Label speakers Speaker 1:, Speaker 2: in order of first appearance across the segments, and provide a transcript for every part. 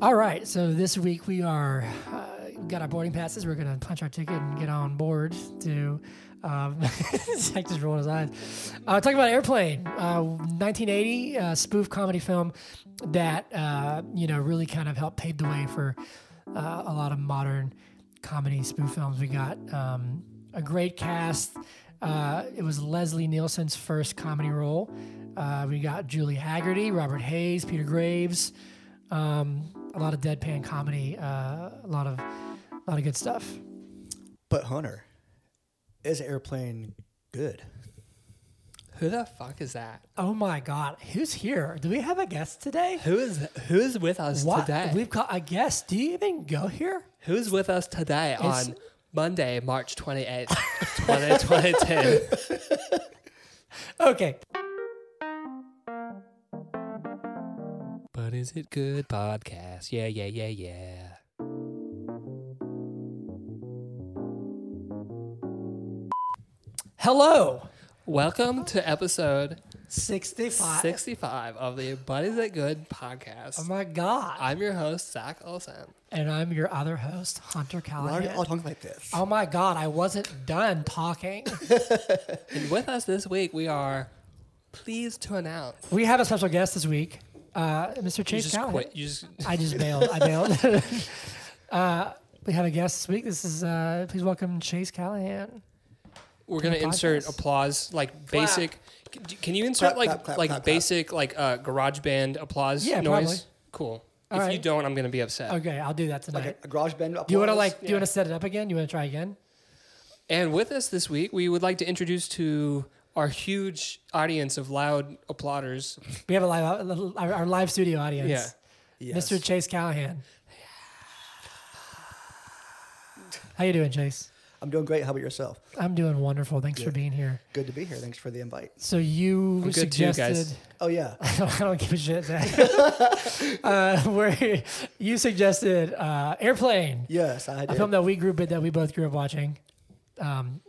Speaker 1: All right, so this week we are uh, got our boarding passes. We're gonna punch our ticket and get on board to. Um, Zach just rolled his eyes. Uh, talking about Airplane, uh, 1980 uh, spoof comedy film that uh, you know really kind of helped pave the way for uh, a lot of modern comedy spoof films. We got um, a great cast. Uh, it was Leslie Nielsen's first comedy role. Uh, we got Julie Haggerty, Robert Hayes, Peter Graves. Um, a lot of deadpan comedy. Uh, a lot of a lot of good stuff.
Speaker 2: But Hunter, is airplane good?
Speaker 3: Who the fuck is that?
Speaker 1: Oh my God, who's here? Do we have a guest today?
Speaker 3: Who is who is with us
Speaker 1: What?
Speaker 3: today?
Speaker 1: We've got a guest. Do you even go here?
Speaker 3: Who's with us today
Speaker 1: It's-
Speaker 3: on Monday, March twenty eighth, twenty twenty two?
Speaker 1: Okay.
Speaker 3: But is it good podcast? Yeah, yeah, yeah, yeah.
Speaker 1: Hello.
Speaker 3: Welcome to episode
Speaker 1: 65.
Speaker 3: sixty five of the But Is It Good podcast.
Speaker 1: Oh my God.
Speaker 3: I'm your host, Zach Olson.
Speaker 1: and I'm your other host, Hunter
Speaker 2: Why are you
Speaker 1: Callahan.
Speaker 2: all talking like this?
Speaker 1: Oh my God, I wasn't done talking.
Speaker 3: And with us this week we are pleased to announce
Speaker 1: we have a special guest this week, uh, Mr.
Speaker 3: you
Speaker 1: Chase
Speaker 3: just
Speaker 1: Callahan.
Speaker 3: quit. You just
Speaker 1: I just bailed. I bailed. uh, we have a guest this week. This is, uh, please welcome Chase Callahan.
Speaker 3: We're gonna
Speaker 1: the
Speaker 3: insert
Speaker 1: podcast.
Speaker 3: applause, like basic. Can, can you insert
Speaker 2: Clap,
Speaker 3: like
Speaker 2: clap, clap,
Speaker 3: like
Speaker 2: clap, clap.
Speaker 3: basic like uh, garage band applause
Speaker 1: Yeah,
Speaker 3: noise? Cool.
Speaker 1: All
Speaker 3: if you
Speaker 1: right.
Speaker 3: don't, I'm gonna be upset.
Speaker 1: Okay, I'll do that tonight.
Speaker 2: Like a, a garage band. Applause?
Speaker 1: do you want to like? Do you
Speaker 3: yeah.
Speaker 1: want to set it up again? You want to try again?
Speaker 3: And with us this week, we would like to introduce to our huge audience of loud applauders.
Speaker 1: We have a live our, our live studio audience.
Speaker 3: Yeah.
Speaker 2: Yes.
Speaker 1: Mr. Chase Callahan. How you doing, Chase?
Speaker 2: I'm doing great. How about yourself?
Speaker 1: I'm doing wonderful. Thanks for being here.
Speaker 2: Good to be here. Thanks for the invite.
Speaker 1: So you
Speaker 3: I'm good too,
Speaker 1: suggested.
Speaker 3: guys.
Speaker 2: Oh yeah,
Speaker 1: I don't give a shit. Zach. uh, where you suggested uh, airplane,
Speaker 2: yes, I
Speaker 1: a
Speaker 2: did.
Speaker 1: film that we grew that we both grew up watching. Um,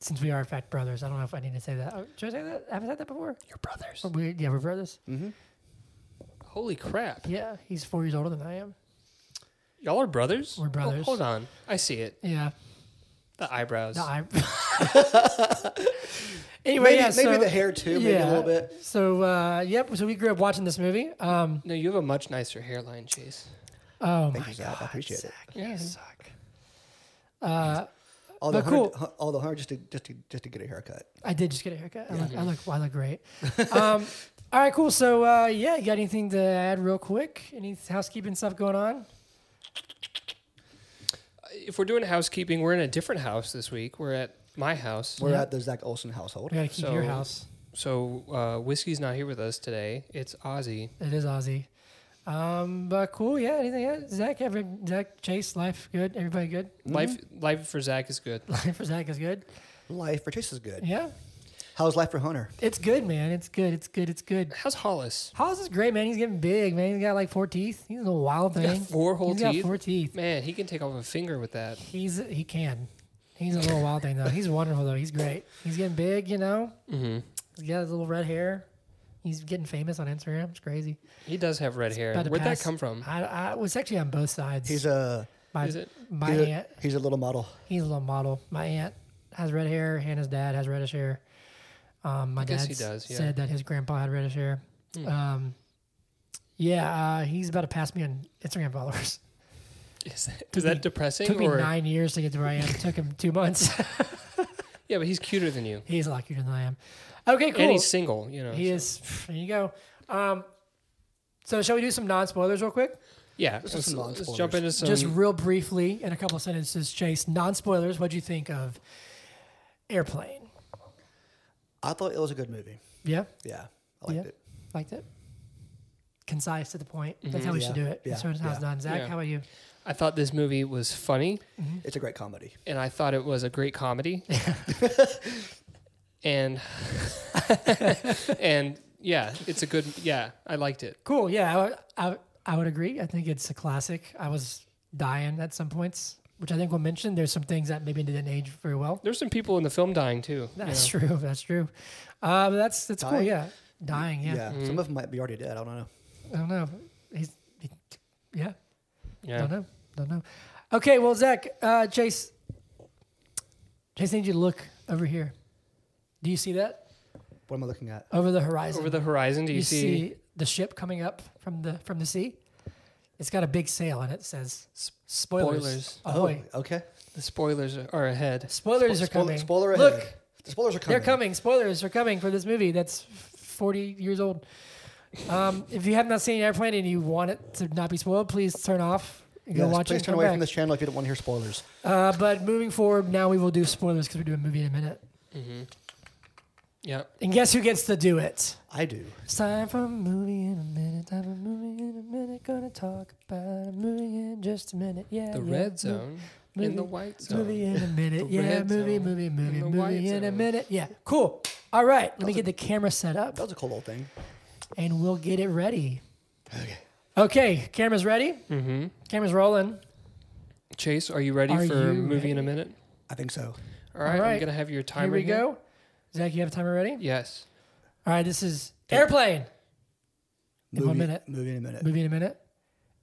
Speaker 1: since we are in fact brothers, I don't know if I need to say that. Oh, should I say that? Have I said that before?
Speaker 3: Your brothers.
Speaker 1: Are We, yeah, we're brothers.
Speaker 2: Mm.
Speaker 3: Holy crap!
Speaker 1: Yeah, he's four years older than I am.
Speaker 3: Y'all are brothers. Oh,
Speaker 1: We're brothers.
Speaker 3: hold on, I see it.
Speaker 1: Yeah,
Speaker 3: The eyebrows.
Speaker 1: no, I'm. anyway,
Speaker 2: maybe
Speaker 1: yeah,
Speaker 2: maybe
Speaker 1: so-
Speaker 2: the hair too. Maybe a little bit.
Speaker 1: So uh, yep. So we grew up watching this movie. Um,
Speaker 3: no, you have a much nicer hairline, Chase.
Speaker 1: oh
Speaker 2: Thank
Speaker 1: my
Speaker 2: you, Zach. I appreciate it.
Speaker 3: Yeah.
Speaker 1: suck. Uh,
Speaker 2: Although
Speaker 1: But
Speaker 2: Hunter,
Speaker 1: cool.
Speaker 2: Hun- although Hunter just to, just to just to get a haircut.
Speaker 1: I did just get a haircut. I, look, I look, I look great. Um, all right, cool. So uh, yeah, you got anything to add, real quick? Any housekeeping stuff going on?
Speaker 3: If we're doing housekeeping, we're in a different house this week. We're at my house.
Speaker 2: We're
Speaker 1: Yeah.
Speaker 2: at the Zach Olson household.
Speaker 1: We gotta keep your
Speaker 3: So-
Speaker 1: house.
Speaker 3: So uh, whiskey's not here with us today. It's Ozzy.
Speaker 1: It is Aussie. Um, but cool. Yeah. Anything else? Zach, every Zach, Chase, life good. Everybody good.
Speaker 3: Life life for Zach is good.
Speaker 1: Life for Zach is good.
Speaker 2: Life for Chase is good.
Speaker 1: Yeah,
Speaker 2: How's life for Hunter?
Speaker 1: it's good, man. It's good. It's good. It's good.
Speaker 3: How's Hollis?
Speaker 1: Hollis is great, man. He's getting big, man. He's got like four teeth. He's a wild
Speaker 3: got
Speaker 1: thing.
Speaker 3: four whole
Speaker 1: He's got
Speaker 3: teeth?
Speaker 1: four teeth.
Speaker 3: Man, he can take off a finger with that.
Speaker 1: He's he can. He's a little wild thing though. He's wonderful though. He's great. He's getting big, you know.
Speaker 3: Mm-hmm.
Speaker 1: He's got his little red hair. He's getting famous on Instagram. It's crazy.
Speaker 3: He does have red hair.
Speaker 1: about to
Speaker 3: Where'd
Speaker 1: pass-
Speaker 3: that come from?
Speaker 1: I, I was actually on both sides.
Speaker 2: He's a
Speaker 1: my,
Speaker 3: Is it?
Speaker 1: my
Speaker 2: he's a,
Speaker 1: aunt.
Speaker 2: he's a little model.
Speaker 1: He's a little model. My aunt has red hair. Hannah's dad has reddish hair. Um, my
Speaker 3: guess
Speaker 1: dad
Speaker 3: he does, yeah. Hmm.
Speaker 1: said that his grandpa had reddish hair. Um, yeah, uh, he's about to pass me on Instagram followers.
Speaker 3: Is that, is that depressing?
Speaker 1: took me
Speaker 3: or
Speaker 1: nine years to get to where I am. took him two months.
Speaker 3: yeah, but he's cuter than you,
Speaker 1: he's luckier than I am. Okay, cool.
Speaker 3: and he's single. You know,
Speaker 1: he
Speaker 3: so-
Speaker 1: is. There you go. Um, so shall we do some non spoilers real quick?
Speaker 3: Yeah,
Speaker 2: This
Speaker 3: let's,
Speaker 2: is
Speaker 3: let's
Speaker 2: non-spoilers.
Speaker 3: jump into some.
Speaker 1: Just real briefly, in a couple of sentences, Chase, non spoilers, what'd you think of Airplane?
Speaker 2: I thought it was a good movie.
Speaker 1: Yeah,
Speaker 2: Yeah, I liked
Speaker 1: Yeah.
Speaker 2: it.
Speaker 1: liked it. Concise to the point. That's how we should do
Speaker 2: Yeah,
Speaker 1: it.
Speaker 2: yeah,
Speaker 1: That's what it's how it's
Speaker 2: yeah.
Speaker 1: done. Zach,
Speaker 3: Yeah.
Speaker 1: how about you?
Speaker 3: I thought this movie was funny,
Speaker 2: It's a great comedy.
Speaker 3: and I thought it was a great comedy. and and yeah, it's a good. Yeah, I liked it.
Speaker 1: Cool. Yeah, I would- I, would- I would agree. I think it's a classic. I was dying at some points, which I think we'll mention. There's some things that maybe didn't age very well.
Speaker 3: There's some people in the film dying too.
Speaker 1: That's true. That's true. Um, that's that's cool.
Speaker 2: Dying?
Speaker 1: Yeah, dying.
Speaker 2: Yeah,
Speaker 1: Yeah.
Speaker 2: some of them might be already dead. I don't know.
Speaker 1: I don't know. He's he yeah.
Speaker 3: Yeah.
Speaker 1: Don't know. Don't know. Okay, well, Zach, uh, Chase, Chase, I need you to look over here. Do you see that
Speaker 2: What am I looking at?
Speaker 1: over the horizon?
Speaker 3: Over the horizon, do you, see,
Speaker 1: the ship coming up from the from the sea? It's got a big sail and it says spoilers.
Speaker 3: spoilers.
Speaker 1: Ahoy.
Speaker 2: Oh, okay.
Speaker 3: the spoilers are, are ahead?
Speaker 1: Spoilers are
Speaker 2: Spoiler-
Speaker 1: coming.
Speaker 2: spoiler ahead.
Speaker 1: Look,
Speaker 2: The spoilers are coming.
Speaker 1: they're coming. Spoilers are coming for this movie that's 40 years old. Um, if you have not seen Airplane and you want it to not be spoiled, please turn off and go
Speaker 2: Yes,
Speaker 1: watch it.
Speaker 2: please
Speaker 1: and
Speaker 2: turn
Speaker 1: come
Speaker 2: away
Speaker 1: back.
Speaker 2: from this channel if you don't want to hear spoilers.
Speaker 1: Uh, but moving forward, now we will do spoilers because we're doing a movie in a minute.
Speaker 3: Mm-hmm. Yeah.
Speaker 1: And guess who gets to do it?
Speaker 2: I do.
Speaker 1: It's time for a movie in a minute. Time for a movie in a minute. Gonna talk about a movie in just a minute. Yeah.
Speaker 3: The
Speaker 1: yeah,
Speaker 3: red
Speaker 1: mo-
Speaker 3: zone
Speaker 1: movie-
Speaker 3: and the white zone.
Speaker 1: Movie in a minute.
Speaker 3: The
Speaker 1: yeah.
Speaker 3: red
Speaker 1: Movie,
Speaker 3: zone
Speaker 1: movie,
Speaker 3: and
Speaker 1: movie,
Speaker 3: the
Speaker 1: movie
Speaker 3: white
Speaker 1: in a
Speaker 3: zone.
Speaker 1: minute. Yeah. Cool. All right. Let me
Speaker 2: was
Speaker 1: get the camera set up
Speaker 2: That was a cool little thing.
Speaker 1: and we'll get it ready. Okay. Okay. Camera's ready.
Speaker 3: Mm-hmm.
Speaker 1: Camera's rolling.
Speaker 3: Chase, are you ready
Speaker 1: Are
Speaker 3: for
Speaker 1: you
Speaker 3: movie in a
Speaker 1: ready?
Speaker 3: minute?
Speaker 2: I think so.
Speaker 3: All right,
Speaker 1: All right.
Speaker 3: I'm gonna have your
Speaker 1: Here
Speaker 3: timer.
Speaker 1: we go. Zach, you have a timer ready?
Speaker 3: Yes.
Speaker 1: All right. This is Airplane. In one minute.
Speaker 2: Movie in a minute.
Speaker 1: Movie in a minute.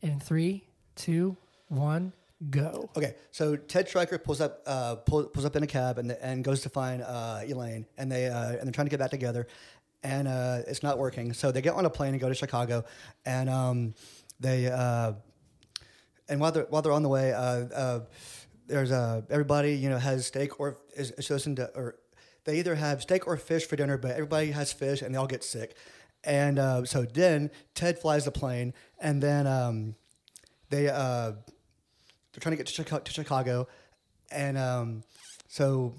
Speaker 1: In three, two, one, go.
Speaker 2: Okay, so Ted Stryker pulls up, uh, pull, pulls up in a cab and, and goes to find uh, Elaine, and they uh, and they're trying to get back together, and uh, it's not working. So they get on a plane and go to Chicago, and um, they uh, and while they're while they're on the way, uh, uh, there's uh, everybody you know has steak or is is chosen to or they either have steak or fish for dinner, but everybody has fish and they all get sick, and uh, so then Ted flies the plane, and then um, they. Uh, they're trying to get to Chicago, to Chicago and um, so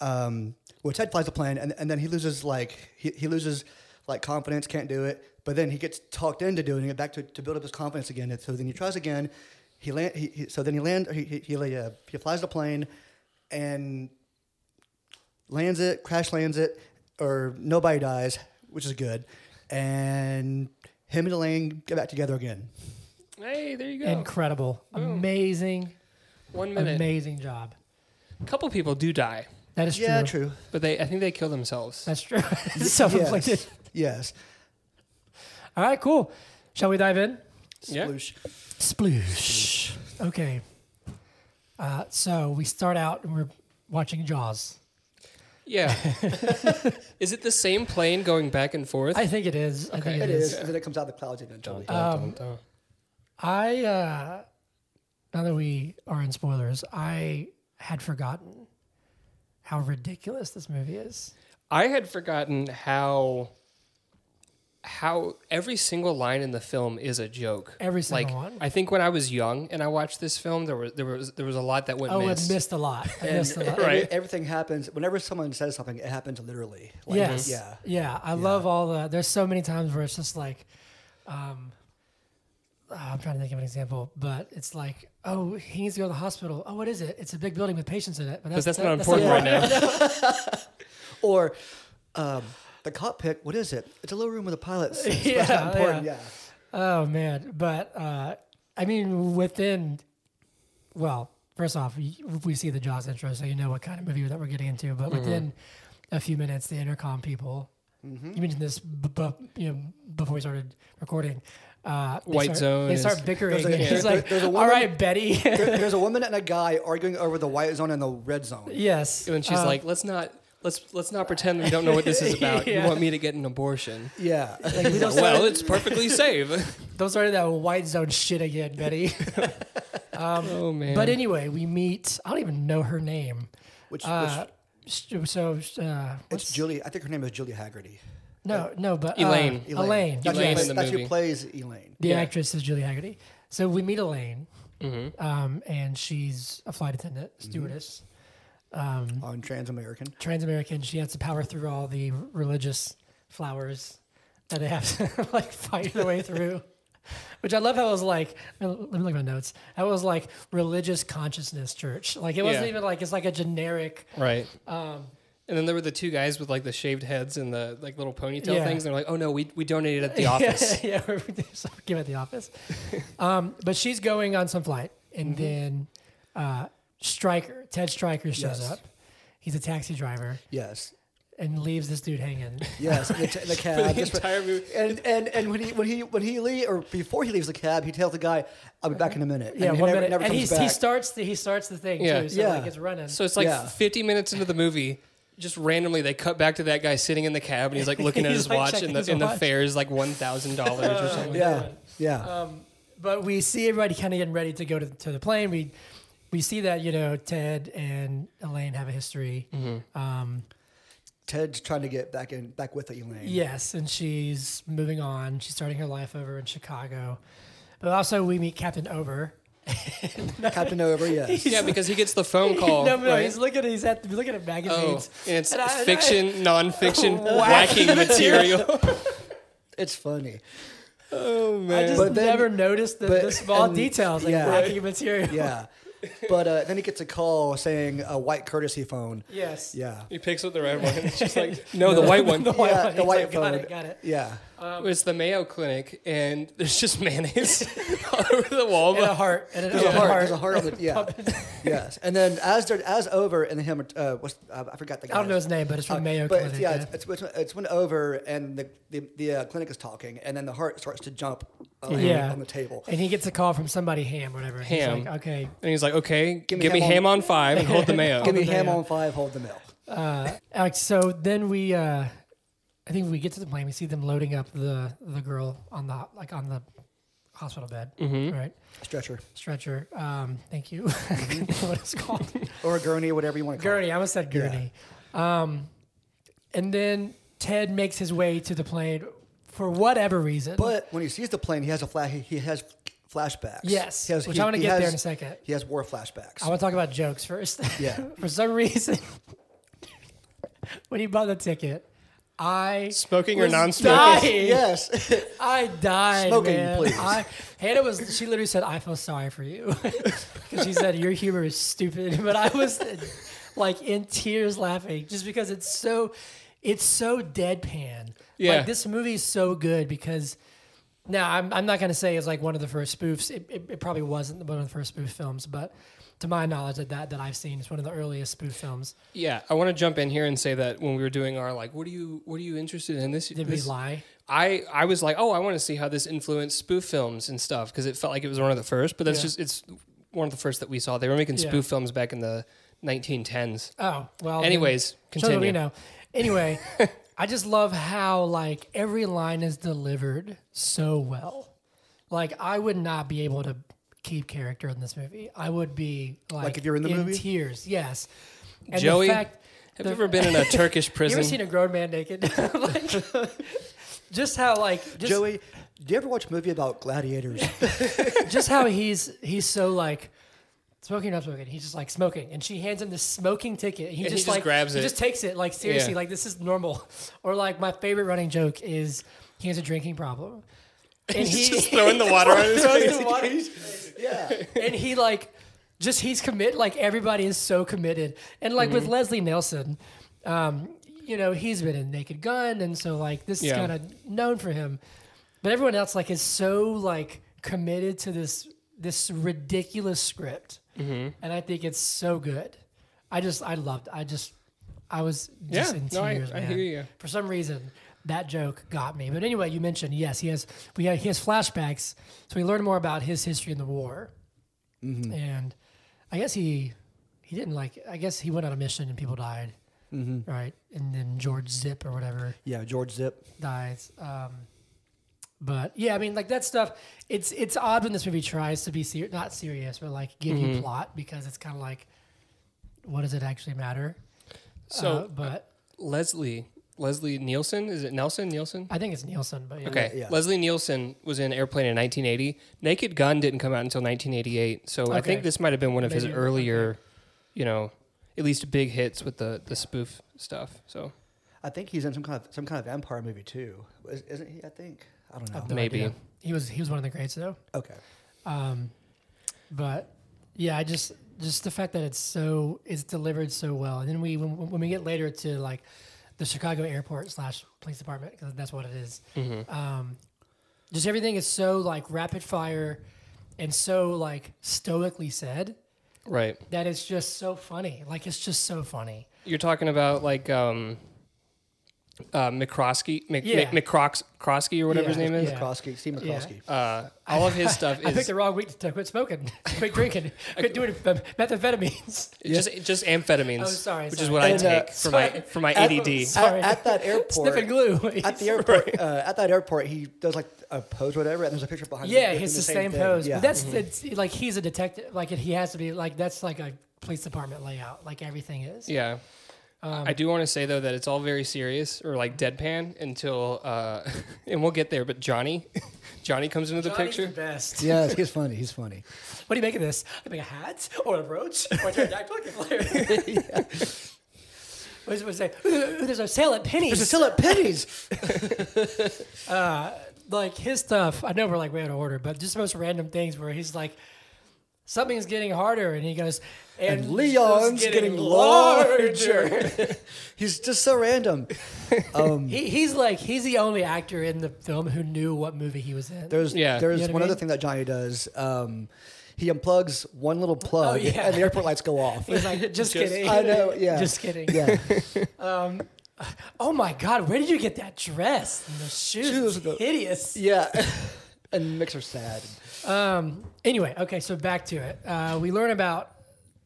Speaker 2: um, well Ted flies the plane and, and then he loses like he, he loses like confidence can't do it but then he gets talked into doing it back to, to build up his confidence again and so then he tries again he land he, he, so then he land he he, he, uh, he flies the plane and lands it crash lands it or nobody dies which is good and him and Elaine get back together again
Speaker 3: Hey, there you go.
Speaker 1: Incredible. Amazing,
Speaker 3: One minute.
Speaker 1: amazing job.
Speaker 3: A couple people do die,
Speaker 1: That is
Speaker 2: yeah
Speaker 1: true.
Speaker 2: true
Speaker 3: but they I think they kill themselves.
Speaker 1: That's true. Self inflicted.
Speaker 2: Yes. yes.
Speaker 1: All right, cool. Shall we dive in?
Speaker 3: Yeah.
Speaker 2: Sploosh.
Speaker 1: Sploosh. Okay. Uh, so we start out and we're watching Jaws.
Speaker 3: Yeah. Is it the same plane going back and forth?
Speaker 1: I think it is. I
Speaker 3: Okay.
Speaker 1: think
Speaker 2: It
Speaker 1: it
Speaker 2: is.
Speaker 1: is. Uh,
Speaker 2: And then it comes out of the clouds eventually.
Speaker 1: um,
Speaker 3: Dun, dun, dun.
Speaker 1: I, uh, now that we are in spoilers, I had forgotten how ridiculous this movie is.
Speaker 3: I had forgotten how how every single line in the film is a joke.
Speaker 1: Every
Speaker 3: like,
Speaker 1: single one.
Speaker 3: I think when I was young and I watched this film, there was there was there was a lot that went
Speaker 1: Oh,
Speaker 3: missed.
Speaker 1: I missed a lot. I missed a lot.
Speaker 2: Every-
Speaker 3: right.
Speaker 2: everything happens. Whenever someone says something, it happens literally. Like,
Speaker 1: yes.
Speaker 2: Yeah.
Speaker 1: Yeah. I love all the. There's so many times where it's just like, um, ah, I'm trying to think of an example, but it's like, oh, he needs to go to the hospital. Oh, what is it? It's a big building with patients in it. But
Speaker 3: Because
Speaker 1: that's,
Speaker 3: that's
Speaker 1: that-
Speaker 3: not important
Speaker 1: yeah.
Speaker 3: right now.
Speaker 2: Or um, the cockpit. What is it? It's a little room with a pilot. seat. It's
Speaker 1: Yeah,
Speaker 2: not important. Yeah.
Speaker 1: Oh man, but uh, I mean, within, well, first off, y- we see the Jaws intro, so you know what kind of movie that we're getting into.
Speaker 2: Mm-hmm.
Speaker 1: But within a few minutes, the intercom people.
Speaker 2: Mm-hmm.
Speaker 1: You mentioned this, b- bu- you know, before we started recording. Uh, they
Speaker 3: White
Speaker 1: start-
Speaker 3: zone
Speaker 1: They
Speaker 3: is-
Speaker 1: start bickering.
Speaker 2: There's a-
Speaker 1: and
Speaker 2: there-
Speaker 1: He's like,
Speaker 2: there's a
Speaker 1: "All
Speaker 2: woman-
Speaker 1: right, Betty."
Speaker 2: There- there's a woman and a guy arguing over the white zone and the red zone.
Speaker 1: yes.
Speaker 3: And she's
Speaker 1: Um,
Speaker 3: like, let's not let's let's not pretend we don't know what this is about.
Speaker 1: Yeah.
Speaker 3: You want me to get an abortion?
Speaker 2: Yeah.
Speaker 1: like, we don't start,
Speaker 3: Well, it's perfectly safe.
Speaker 1: don't start that white zone shit again, Betty.
Speaker 3: oh man.
Speaker 1: Um, but anyway, we meet. I don't even know her name.
Speaker 2: Which,
Speaker 1: Uh,
Speaker 2: which
Speaker 1: st- so uh,
Speaker 2: it's
Speaker 1: what's-
Speaker 2: Julie. I think her name is Julie Haggerty.
Speaker 1: No, no, but uh,
Speaker 3: Elaine.
Speaker 1: Elaine.
Speaker 2: That's,
Speaker 3: Elaine
Speaker 2: who,
Speaker 3: in
Speaker 2: plays,
Speaker 3: the
Speaker 2: that's
Speaker 3: movie.
Speaker 2: who plays Elaine.
Speaker 1: The
Speaker 3: Yeah.
Speaker 1: actress is Julie Haggerty. So we meet Elaine,
Speaker 3: Mm-hmm.
Speaker 1: um, and she's a flight attendant, stewardess, Mm-hmm.
Speaker 2: On Trans American.
Speaker 1: trans-American. She has to power through all the r- religious flowers that they have to like fight their way through. Which I love how it was like. Let me look at my notes. How it was like religious consciousness church. Like it wasn't
Speaker 3: Yeah.
Speaker 1: even like it's like a generic.
Speaker 3: Right. Um, and then there were the two guys with like the shaved heads and the like little ponytail
Speaker 1: Yeah.
Speaker 3: things. And they're like, oh no, we, we donated at the office.
Speaker 1: yeah, yeah, we just came at the office. Um, but she's going on some flight, and then uh, Stryker, Ted Stryker shows
Speaker 2: Yes.
Speaker 1: up. He's a taxi driver,
Speaker 2: Yes.
Speaker 1: and leaves this dude hanging.
Speaker 2: Yes, the, t- the cab.
Speaker 3: the
Speaker 2: just-
Speaker 3: entire movie.
Speaker 2: And and and when he when he when he leave or before he leaves the cab, he tells the guy, "I'll be back in a minute."
Speaker 1: Yeah,
Speaker 2: and he
Speaker 1: one
Speaker 2: never,
Speaker 1: minute,
Speaker 2: never
Speaker 1: and
Speaker 2: comes
Speaker 1: he's,
Speaker 2: back.
Speaker 1: he starts the he starts the thing
Speaker 3: Yeah.
Speaker 1: too, so
Speaker 2: Yeah.
Speaker 1: like it's running.
Speaker 3: So it's like
Speaker 2: Yeah.
Speaker 3: 50 minutes into the movie, just randomly they cut back to that guy sitting in the cab and he's like looking at
Speaker 1: He's,
Speaker 3: his
Speaker 1: like,
Speaker 3: watch
Speaker 1: checking
Speaker 3: and the,
Speaker 1: his
Speaker 3: and the
Speaker 1: watch.
Speaker 3: fare is like $1,000 or something.
Speaker 2: yeah, yeah.
Speaker 1: Um, but we see everybody kind of getting ready to go to, to the plane. We we see that you know Ted and Elaine have a history. Um,
Speaker 2: Ted's trying to get back in back with Elaine.
Speaker 1: yes, and she's moving on. She's starting her life over in Chicago. But also we meet Captain Over.
Speaker 2: Captain Over. Yes.
Speaker 3: Yeah, because he gets the phone call.
Speaker 1: no, no,
Speaker 3: right?
Speaker 1: he's looking at he's at looking at
Speaker 3: Oh,
Speaker 1: magazines.
Speaker 3: and it's
Speaker 1: And I- and I-
Speaker 3: fiction, non-fiction,
Speaker 1: Wacky
Speaker 3: wacky material.
Speaker 2: It's funny.
Speaker 3: oh
Speaker 1: I
Speaker 3: man!
Speaker 1: just
Speaker 2: But then-
Speaker 1: never noticed the,
Speaker 2: but-
Speaker 1: the small
Speaker 2: and-
Speaker 1: details like
Speaker 2: yeah.
Speaker 1: wacky material.
Speaker 2: Yeah. But uh, then he gets a call saying a white courtesy phone.
Speaker 1: Yes.
Speaker 2: Yeah.
Speaker 3: he picks up the red one. It's just like no, the white one.
Speaker 1: The white
Speaker 2: yeah,
Speaker 1: one.
Speaker 2: the
Speaker 1: He's
Speaker 2: white
Speaker 1: like,
Speaker 2: phone.
Speaker 1: Got it. Got it.
Speaker 2: Yeah.
Speaker 3: it's the Mayo Clinic, and there's just mayonnaise all over the wall.
Speaker 1: And a
Speaker 3: But
Speaker 1: heart. And an
Speaker 2: There's
Speaker 1: open
Speaker 2: a heart.
Speaker 1: heart.
Speaker 2: There's a heart. on the, yeah. yes. And then as they're, as over and him, uh, what's, uh, I forgot the guy.
Speaker 1: I don't know his name, but it's from Mayo
Speaker 2: Uh, but
Speaker 1: Clinic.
Speaker 2: it's, yeah, it's, it's, when- it's when over and the the, the uh, clinic is talking, and then the heart starts to jump uh, on-
Speaker 1: Yeah.
Speaker 2: on the table.
Speaker 1: And he gets a call from somebody, Ham, whatever. and he's
Speaker 3: Ham.
Speaker 1: like, okay.
Speaker 3: and he's like, "Okay, give
Speaker 2: me
Speaker 3: me,
Speaker 2: ham on-
Speaker 3: ham on five and hold the mayo."
Speaker 2: Give me
Speaker 1: the
Speaker 2: ham
Speaker 1: mayo.
Speaker 2: on five, hold the milk.
Speaker 1: Uh, Alex, so then we, uh, I think we get to the plane. We see them loading up the the girl on the like on the hospital bed,
Speaker 2: Mm-hmm.
Speaker 1: right?
Speaker 2: Stretcher
Speaker 1: Stretcher. Um, thank you. I
Speaker 2: Mm-hmm.
Speaker 1: couldn't think of what it's called.
Speaker 2: or a gurney, whatever you want to call it.
Speaker 1: gurney. I almost said gurney. Um, and then Ted makes his way to the plane for whatever reason.
Speaker 2: But when he sees the plane, he has a flash. He, he has flashbacks.
Speaker 1: yes,
Speaker 2: He has-
Speaker 1: which
Speaker 2: he-
Speaker 1: I want to
Speaker 2: he
Speaker 1: get there
Speaker 2: has-
Speaker 1: in a second.
Speaker 2: He has war flashbacks.
Speaker 1: I want to talk about jokes first.
Speaker 2: Yeah.
Speaker 1: For some reason, when he bought the ticket, I
Speaker 3: Smoking or
Speaker 1: was
Speaker 3: non-smoking?
Speaker 1: dying.
Speaker 2: yes.
Speaker 1: I died.
Speaker 2: Smoking,
Speaker 1: man.
Speaker 2: please.
Speaker 1: I, Hannah was. She literally said, "I feel sorry for you," because she said your humor is stupid. But I was like in tears laughing just because it's so, it's so deadpan.
Speaker 3: Yeah.
Speaker 1: Like this movie is so good because. Now I'm, I'm not gonna say it's like one of the first spoofs. It, it, it probably wasn't one of the first spoof films, but to my knowledge, that that, that I've seen, it's one of the earliest spoof films.
Speaker 3: yeah, I want to jump in here and say that when we were doing our like, what are you, what are you interested in? This,
Speaker 1: Did
Speaker 3: this
Speaker 1: we lie?
Speaker 3: I I was like, oh, I want to see how this influenced spoof films and stuff because it felt like it was one of the first. But that's
Speaker 1: Yeah.
Speaker 3: just it's one of the first that we saw. They were making
Speaker 1: Yeah.
Speaker 3: spoof films back in the 1910s.
Speaker 1: Oh well. then-
Speaker 3: Anyways,
Speaker 1: So that
Speaker 3: continue.
Speaker 1: we know. Anyway, I just love how like every line is delivered so well. Like I would not be able to keep character in this movie. I would be like,
Speaker 2: Like if you're in the movie?
Speaker 1: tears. Yes. And the
Speaker 3: Joey,
Speaker 1: fact-
Speaker 3: have
Speaker 1: the-
Speaker 3: you ever been in a Turkish
Speaker 1: you
Speaker 3: prison?
Speaker 1: ever seen a grown man naked? like, just how like just,
Speaker 2: Joey, do you ever watch a movie about gladiators?
Speaker 1: just how he's he's so like smoking not smoking he's just like smoking and she hands him the smoking ticket he,
Speaker 3: he
Speaker 1: just,
Speaker 3: just
Speaker 1: like
Speaker 3: grabs
Speaker 1: he
Speaker 3: it.
Speaker 1: just takes it like seriously
Speaker 3: Yeah.
Speaker 1: like this is normal or like my favorite running joke is he has a drinking problem and he
Speaker 3: just throwing the water on his
Speaker 1: throws
Speaker 3: face.
Speaker 1: the water-
Speaker 2: yeah.
Speaker 1: and he like just he's commit like everybody is so committed and like
Speaker 3: Mm-hmm.
Speaker 1: with leslie nelson um you know he's been in naked gun and so like this
Speaker 3: Yeah.
Speaker 1: is kind of known for him but everyone else like is so like committed to this this ridiculous script
Speaker 3: Mm-hmm.
Speaker 1: and i think it's so good i just i loved i just i was just
Speaker 3: Yeah.
Speaker 1: in
Speaker 3: No, I-
Speaker 1: tears
Speaker 3: I
Speaker 1: man.
Speaker 3: hear you.
Speaker 1: for some reason that joke got me but anyway you mentioned yes he has we have, he has flashbacks so we learn more about his history in the war
Speaker 3: Mm-hmm.
Speaker 1: and I guess he he didn't like. I guess he went on a mission and people died,
Speaker 3: Mm-hmm.
Speaker 1: right? And then George Zip or whatever
Speaker 2: Yeah, George Zip.
Speaker 1: dies. Um, but yeah, I mean, like that stuff. It's it's odd when this movie tries to be ser- not serious, but like give you
Speaker 3: Mm-hmm.
Speaker 1: plot because it's kind of like, what does it actually matter?
Speaker 3: So
Speaker 1: Uh, but
Speaker 3: Leslie Leslie Nielsen is it Nelson Nielsen?
Speaker 1: I think it's Nielsen. But yeah.
Speaker 3: Okay,
Speaker 2: Yeah.
Speaker 3: Leslie Nielsen was in Airplane in 1980. Naked Gun didn't come out until 1988, so I
Speaker 1: Okay.
Speaker 3: think this might have been one of his
Speaker 1: Maybe-
Speaker 3: earlier, you know, at least big hits with the the spoof stuff. So
Speaker 2: I think he's in some kind of some kind of vampire movie too, Is- isn't he? I think I don't know.
Speaker 1: No
Speaker 3: Maybe.
Speaker 1: idea. he was he was one of the greats though.
Speaker 2: Okay,
Speaker 1: Um, but yeah, I just just the fact that it's so it's delivered so well, and then we when, when we get later to like the Chicago airport slash police department because that's what it is. Um, just everything is so like rapid fire and so like stoically said
Speaker 3: right,
Speaker 1: that it's just so funny. Like it's just so funny.
Speaker 3: you're talking about like um, uh, McCroskey, Mc,
Speaker 1: Yeah.
Speaker 3: Mc- McCrox- Crosky or whatever
Speaker 1: Yeah.
Speaker 3: his name is.
Speaker 1: Yeah.
Speaker 2: McCroskey, Steve McCroskey.
Speaker 3: Uh, all of his stuff
Speaker 1: I picked
Speaker 3: is
Speaker 1: the wrong week to quit smoking, quit drinking, quit doing um, methamphetamines.
Speaker 3: just just amphetamines.
Speaker 1: Oh, sorry,
Speaker 3: which is
Speaker 1: sorry.
Speaker 3: what
Speaker 2: And,
Speaker 3: I
Speaker 2: uh,
Speaker 3: take for my for my
Speaker 2: At-
Speaker 3: ADD.
Speaker 1: Sorry.
Speaker 2: At, at that airport,
Speaker 1: Sniffing glue.
Speaker 2: at the airport, uh, at that airport, he does like a pose, or whatever, and there's a picture behind. him
Speaker 1: Yeah,
Speaker 2: doing
Speaker 1: it's the
Speaker 2: same
Speaker 1: same,
Speaker 2: thing.
Speaker 1: pose.
Speaker 2: Yeah. Mm-hmm.
Speaker 1: But that's it's, like he's a detective. Like he has to be. Like that's like a police department layout. Like everything is.
Speaker 3: Yeah.
Speaker 1: Um,
Speaker 3: I do want to say though that it's all very serious or like deadpan until uh, and we'll get there. But Johnny, Johnny comes into the
Speaker 1: Johnny's
Speaker 3: picture.
Speaker 1: the best.
Speaker 2: yes, he's funny. He's funny.
Speaker 1: What do you make of this? I make a hat or a brooch or a pterodactyl flare. What does it say? Ooh, ooh, there's a sale at Penny's.
Speaker 2: There's a still at pennies.
Speaker 1: like his stuff. I know we're like way out of order, but just the most random things where he's like, something's getting harder, and he goes, and,
Speaker 2: And Leon's
Speaker 1: it's
Speaker 2: getting larger. he's just so random.
Speaker 1: he, he's like, he's the only actor in the film who knew what movie he was in.
Speaker 2: There's
Speaker 3: Yeah.
Speaker 2: there's
Speaker 1: You know what I
Speaker 2: one
Speaker 1: mean?
Speaker 2: other thing that Johnny does. Um, he unplugs one little plug,
Speaker 1: Oh, yeah.
Speaker 2: and the airport lights go off.
Speaker 1: He's like, just, kidding.
Speaker 2: I know. Yeah.
Speaker 1: Just kidding.
Speaker 2: Yeah.
Speaker 1: Oh my God, where did you get that dress? And the shoes,
Speaker 2: Shoes,
Speaker 1: it's
Speaker 2: the-
Speaker 1: hideous.
Speaker 2: Yeah. and makes her sad.
Speaker 1: Um. Anyway, okay. So back to it. Uh, we learn about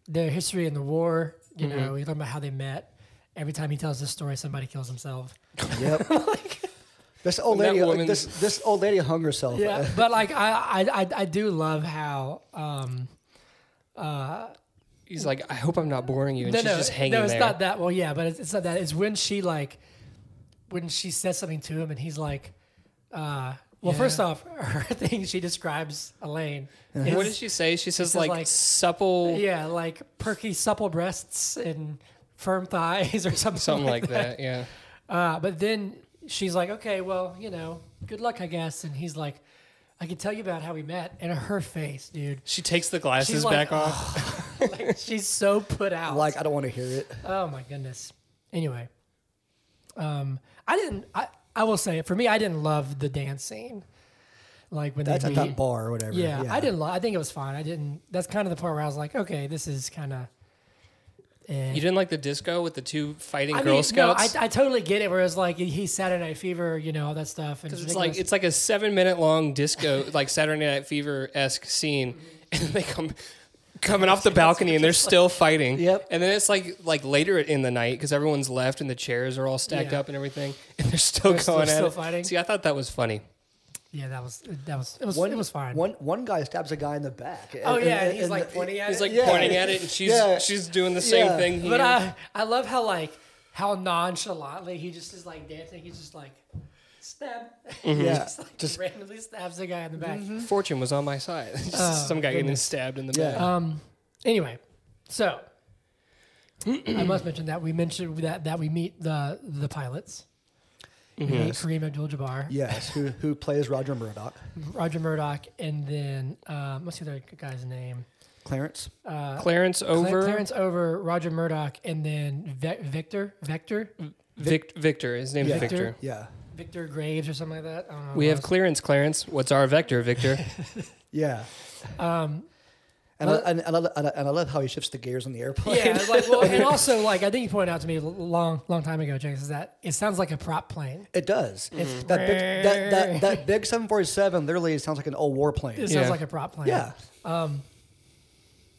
Speaker 1: their history in the war. You
Speaker 3: Mm-hmm.
Speaker 1: know, we learn about how they met. Every time he tells this story, somebody kills himself.
Speaker 2: Yep. this old lady. uh,
Speaker 3: that woman-
Speaker 2: This this old lady hung herself.
Speaker 1: Yeah, but like I, I, I, I do love how um
Speaker 3: He's like, I hope I'm not boring you. And
Speaker 1: no
Speaker 3: she's
Speaker 1: no
Speaker 3: just hanging
Speaker 1: no it's
Speaker 3: there.
Speaker 1: not that well yeah but it's, it's not that it's when she like when she says something to him and he's like uh well first off her thing she describes Elaine is,
Speaker 3: what did she say? She says
Speaker 1: says,
Speaker 3: like,
Speaker 1: like-
Speaker 3: supple,
Speaker 1: yeah like perky supple breasts and firm thighs or something
Speaker 3: something
Speaker 1: like
Speaker 3: like that. Yeah.
Speaker 1: Uh, but then she's like, okay, well, you know, good luck, I guess. And he's like, I can tell you about how we met. And her face, dude,
Speaker 3: She takes the glasses
Speaker 1: She's like,
Speaker 3: back off.
Speaker 1: like, she's so put out.
Speaker 2: Uh, Like I don't want to hear it.
Speaker 1: oh my goodness. Anyway, um, I didn't. I I will say for me, I didn't love the dance scene. Like when
Speaker 2: That's
Speaker 1: they
Speaker 2: at
Speaker 1: meet-
Speaker 2: that bar or whatever.
Speaker 1: Yeah, I didn't. Li- I think it was fine. I didn't. That's kind of the part where I was like, okay, this is kind of.
Speaker 3: You didn't like the disco with the two fighting
Speaker 1: I
Speaker 3: Girl
Speaker 1: mean, no, I,
Speaker 3: Scouts.
Speaker 1: I totally get it. Where it's like he Saturday Night Fever, you know, all that stuff. And
Speaker 3: it's like
Speaker 1: ridiculous.
Speaker 3: it's like a seven minute long disco, like Saturday Night Fever esque scene, and they come coming off the balcony and they're still fighting.
Speaker 2: Yep.
Speaker 3: And then it's like like later in the night because everyone's left and the chairs are all stacked
Speaker 1: Yeah.
Speaker 3: up and everything, and they're still
Speaker 1: They're still-
Speaker 3: going at
Speaker 1: still
Speaker 3: it.
Speaker 1: fighting.
Speaker 3: See, I thought that was funny.
Speaker 1: Yeah, that was that was it was
Speaker 2: One,
Speaker 1: it was fine.
Speaker 2: One one guy stabs a guy in the back.
Speaker 1: oh yeah, and he's like pointing at
Speaker 3: He's
Speaker 1: it.
Speaker 3: like
Speaker 2: Yeah.
Speaker 3: pointing at it, and she's
Speaker 2: Yeah.
Speaker 3: she's doing the same
Speaker 2: Yeah.
Speaker 3: thing. Here.
Speaker 1: but I I love how like how nonchalantly he just is like dancing. He's just like stab.
Speaker 2: Yeah.
Speaker 1: just, like, randomly stabs the guy in the back.
Speaker 3: Fortune was on my side. Just
Speaker 1: Oh,
Speaker 3: Some guy getting stabbed in the
Speaker 2: Yeah.
Speaker 3: back.
Speaker 1: Uh, Um, Anyway, so I must mention that we mentioned that that we meet the the pilots. We meet Kareem Abdul-Jabbar,
Speaker 2: Yes, who who plays Roger Murdoch?
Speaker 1: Roger Murdoch, and then um, what's the other guy's name?
Speaker 2: Clarence.
Speaker 3: Clarence
Speaker 1: Uh, Cla-
Speaker 3: over
Speaker 1: Clarence Over, Roger Murdoch, and then Ve- Victor, Victor,
Speaker 3: Vic- Victor. His name's
Speaker 2: Yeah.
Speaker 3: Victor.
Speaker 1: Victor. Uh-huh.
Speaker 2: Yeah.
Speaker 1: Victor Graves or something like that. I don't know
Speaker 3: We
Speaker 1: what
Speaker 3: have
Speaker 1: else.
Speaker 3: clearance, Clarence. What's our vector, Victor?
Speaker 2: Yeah. Um, and, I, and, and, I, and I- and I love how he shifts the gears on the airplane.
Speaker 1: Yeah, it's like, well, and also like I think you pointed out to me a l- long, long time ago, James, is that it sounds like a prop plane.
Speaker 2: It does.
Speaker 1: Mm-hmm.
Speaker 2: That, big, that, that, that big 747 literally sounds like an old war plane.
Speaker 1: It
Speaker 3: Yeah.
Speaker 1: sounds like a prop plane.
Speaker 2: yeah.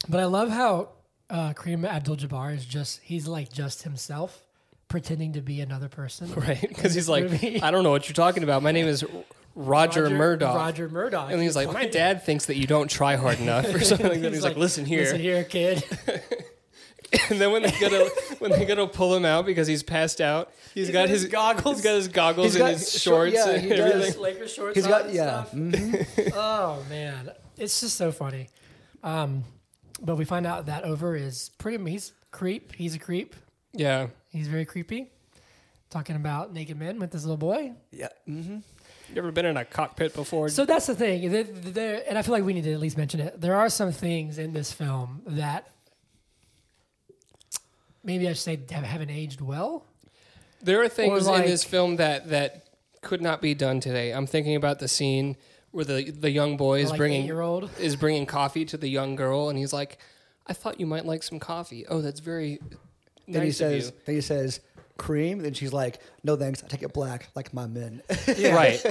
Speaker 1: But I love how uh, Kareem Abdul-Jabbar is just—he's like just himself, pretending to be another person.
Speaker 3: right? Because he's like,
Speaker 1: movie.
Speaker 3: I don't know what you're talking about. My name is R- Roger, Murdoch.
Speaker 1: Roger Murdoch.
Speaker 3: And he's like, my dad thinks that you don't try hard enough or something like that. He's, like, listen here.
Speaker 1: listen here, kid.
Speaker 3: And then when they go to when they go to pull him out because he's passed out, he's got
Speaker 1: in
Speaker 3: his,
Speaker 1: his goggles.
Speaker 3: He's got his goggles
Speaker 2: He's
Speaker 3: and
Speaker 2: got
Speaker 3: his
Speaker 2: short-
Speaker 3: shorts
Speaker 2: yeah,
Speaker 3: and
Speaker 2: he does.
Speaker 3: everything.
Speaker 1: His Lakers shorts.
Speaker 2: He's
Speaker 1: on
Speaker 2: got,
Speaker 1: and
Speaker 2: yeah. Mm-hmm.
Speaker 1: stuff. Oh man, it's just so funny. Um, but we find out that over is pretty—he's creep. He's a creep.
Speaker 3: Yeah.
Speaker 1: He's very creepy, talking about naked men with this little boy.
Speaker 2: Yeah. Mhm.
Speaker 3: You ever been in a cockpit before?
Speaker 1: So that's the thing. There- there- and I feel like we need to at least mention it. There are some things in this film that maybe I should say have, haven't aged well.
Speaker 3: There are things
Speaker 1: like-
Speaker 3: in this film that that could not be done today. I'm thinking about the scene where the the young boy is
Speaker 1: Like
Speaker 3: bringing
Speaker 1: eight-year-old?
Speaker 3: is bringing coffee to the young girl, and he's like, "I thought you might like some coffee. Oh, that's very
Speaker 2: Then he
Speaker 3: nice of
Speaker 2: says,
Speaker 3: you."
Speaker 2: then he says, cream? And she's like, no thanks, I take it black, like my men.
Speaker 3: Right.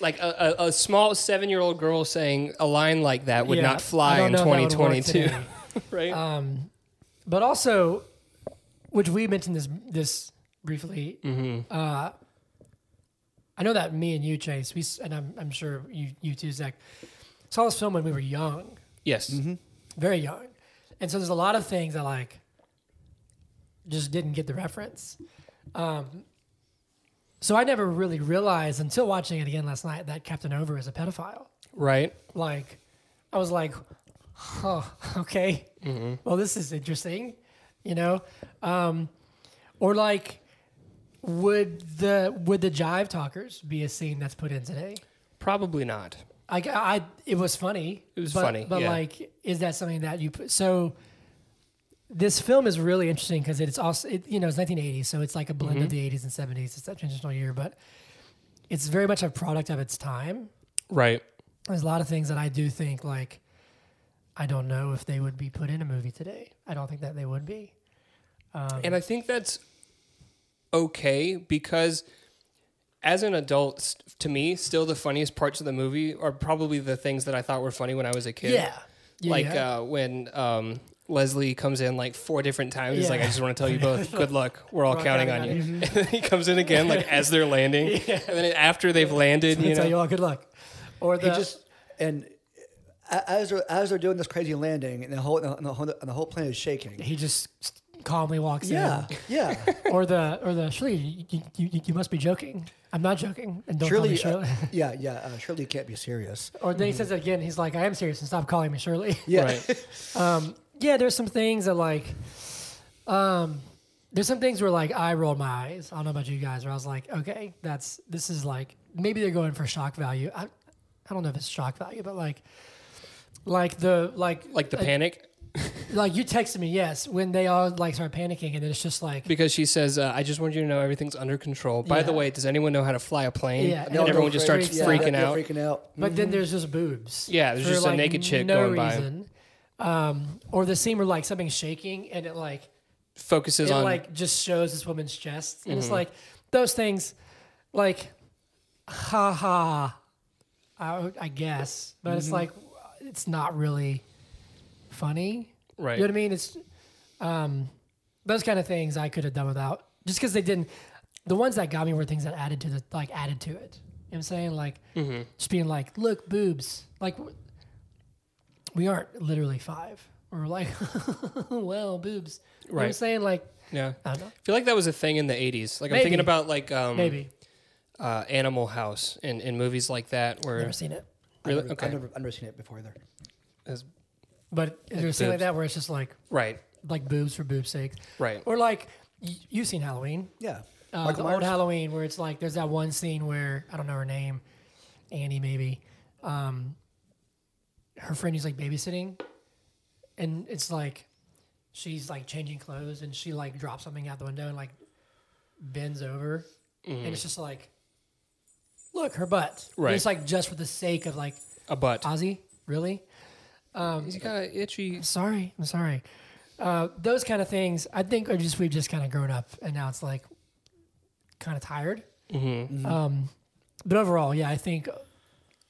Speaker 3: Like a, a, a small seven year old girl saying a line like that would
Speaker 1: Yeah,
Speaker 3: not
Speaker 1: I
Speaker 3: fly
Speaker 1: don't
Speaker 3: in
Speaker 1: know if that would work
Speaker 3: 2022.
Speaker 1: today. Uh,
Speaker 3: right.
Speaker 1: But also, which we mentioned this this briefly. Uh, I know that me and you, Chase, we s- and I'm, I'm sure you you too, Zach, saw this film when we were young,
Speaker 3: yes.
Speaker 1: very young, and so there's a lot of things I like just didn't get the reference. Um, so I never really realized until watching it again last night that Captain Over is a pedophile
Speaker 3: Right.
Speaker 1: like I was like, huh, okay.
Speaker 3: Mm-hmm.
Speaker 1: Well, this is interesting, you know. Um, or like, would the would the jive talkers be a scene that's put in today?
Speaker 3: Probably not.
Speaker 1: Like I, it was funny.
Speaker 3: It was
Speaker 1: but-
Speaker 3: funny,
Speaker 1: but
Speaker 3: yeah.
Speaker 1: like, is that something that you put? So this film is really interesting because it's also it, you know it's 1980, so it's like a
Speaker 3: Mm-hmm.
Speaker 1: blend of the 80s and 70s. It's that transitional year, but it's very much a product of its time
Speaker 3: Right.
Speaker 1: there's a lot of things that I do think like I don't know if they would be put in a movie today. I don't think that they would be.
Speaker 3: And I think that's okay because as an adult, s- to me, still the funniest parts of the movie are probably the things that I thought were funny when I was a kid.
Speaker 1: Yeah,
Speaker 3: like
Speaker 1: yeah.
Speaker 3: Uh, when um, Leslie comes in like four different times. He's
Speaker 1: Yeah.
Speaker 3: like, I just want to tell you both, good luck. We're all
Speaker 1: all
Speaker 3: counting,
Speaker 1: counting
Speaker 3: on
Speaker 1: on
Speaker 3: you. And then he comes in again, like as they're landing. And then after they've landed,
Speaker 1: I
Speaker 3: you
Speaker 1: tell
Speaker 3: know.
Speaker 1: you all good luck. Or the
Speaker 2: He just and a- as they're, as they're doing this crazy landing, and the whole and the whole, and the whole plane is shaking.
Speaker 1: he just calmly walks
Speaker 2: Yeah,
Speaker 1: in.
Speaker 2: yeah.
Speaker 1: Or the or the Shirley, you, you, you, you must be joking. I'm not joking. And don't
Speaker 2: Surely,
Speaker 1: call me Shirley.
Speaker 2: uh, yeah, yeah. Uh, surely you can't be serious.
Speaker 1: or then he says it again. He's like, I am serious, and stop calling me Shirley.
Speaker 2: Yeah,
Speaker 3: Right.
Speaker 1: yeah, there's some things that like, um, there's some things where like I rolled my eyes. I don't know about you guys, where I was like, okay, that's this is like maybe they're going for shock value. I, I don't know if it's shock value, but like, like the like
Speaker 3: Like the panic.
Speaker 1: like you texted me yes when they all like start panicking and then it's just like
Speaker 3: Because she says, uh, "I just want you to know everything's under control." By the
Speaker 1: Yeah.
Speaker 3: way, does anyone know how to fly a plane?
Speaker 1: Yeah,
Speaker 3: and
Speaker 1: No,
Speaker 3: everyone
Speaker 1: no,
Speaker 3: just
Speaker 1: freak-
Speaker 3: starts
Speaker 1: yeah,
Speaker 3: freaking
Speaker 2: they're
Speaker 3: out.
Speaker 2: Freaking out.
Speaker 1: But then there's just boobs.
Speaker 3: mm-hmm. Yeah, there's
Speaker 1: for,
Speaker 3: just a naked chick
Speaker 1: no
Speaker 3: going by.
Speaker 1: reason. Um, or the scene where like something's shaking and it like
Speaker 3: Focuses
Speaker 1: it
Speaker 3: on Mm-hmm.
Speaker 1: like just shows this woman's chest, and it's like those things, like, ha ha, I, I guess, but
Speaker 3: Mm-hmm.
Speaker 1: it's like it's not really funny. You
Speaker 3: right.
Speaker 1: know what I mean? It's um, those kind of things I could have done without, just because they didn't. The ones that got me were things that added to the like added to it. You know what I'm saying? Like
Speaker 3: Mm-hmm.
Speaker 1: just being like, look, boobs. Like w- we aren't literally five. We're like, well, boobs. You know what I'm
Speaker 3: Right.
Speaker 1: saying? Like,
Speaker 3: Yeah.
Speaker 1: I don't know.
Speaker 3: I feel like that was a thing in the 80s. Like I'm
Speaker 1: Maybe.
Speaker 3: thinking about like um
Speaker 1: Maybe.
Speaker 3: uh Animal House and, and movies like that where
Speaker 1: Never seen it.
Speaker 3: really
Speaker 2: I've never-
Speaker 3: okay.
Speaker 2: I've never, I've never seen it before either.
Speaker 3: That's-
Speaker 1: But is there a scene like
Speaker 3: boobs.
Speaker 1: that where it's just like
Speaker 3: right.
Speaker 1: like boobs for boobs' sake?
Speaker 3: Right.
Speaker 1: Or like y- you've seen Halloween.
Speaker 2: Yeah,
Speaker 1: Uh,
Speaker 2: Michael
Speaker 1: the old
Speaker 2: Myers?
Speaker 1: Halloween where it's like there's that one scene where I don't know her name, Annie maybe. Um, her friend is like babysitting, and it's like she's like changing clothes and she like drops something out the window and like bends over, and it's just like, look her butt. And
Speaker 3: Right.
Speaker 1: It's like just for the sake of like
Speaker 3: A butt.
Speaker 1: Ozzy, really? Um,
Speaker 3: He's got a itchy
Speaker 1: sorry. I'm sorry. Uh, those kind of things, I think, are just we've just kind of grown up, and now it's like kind of tired. Um,
Speaker 3: Mm-hmm.
Speaker 1: but overall, yeah, I think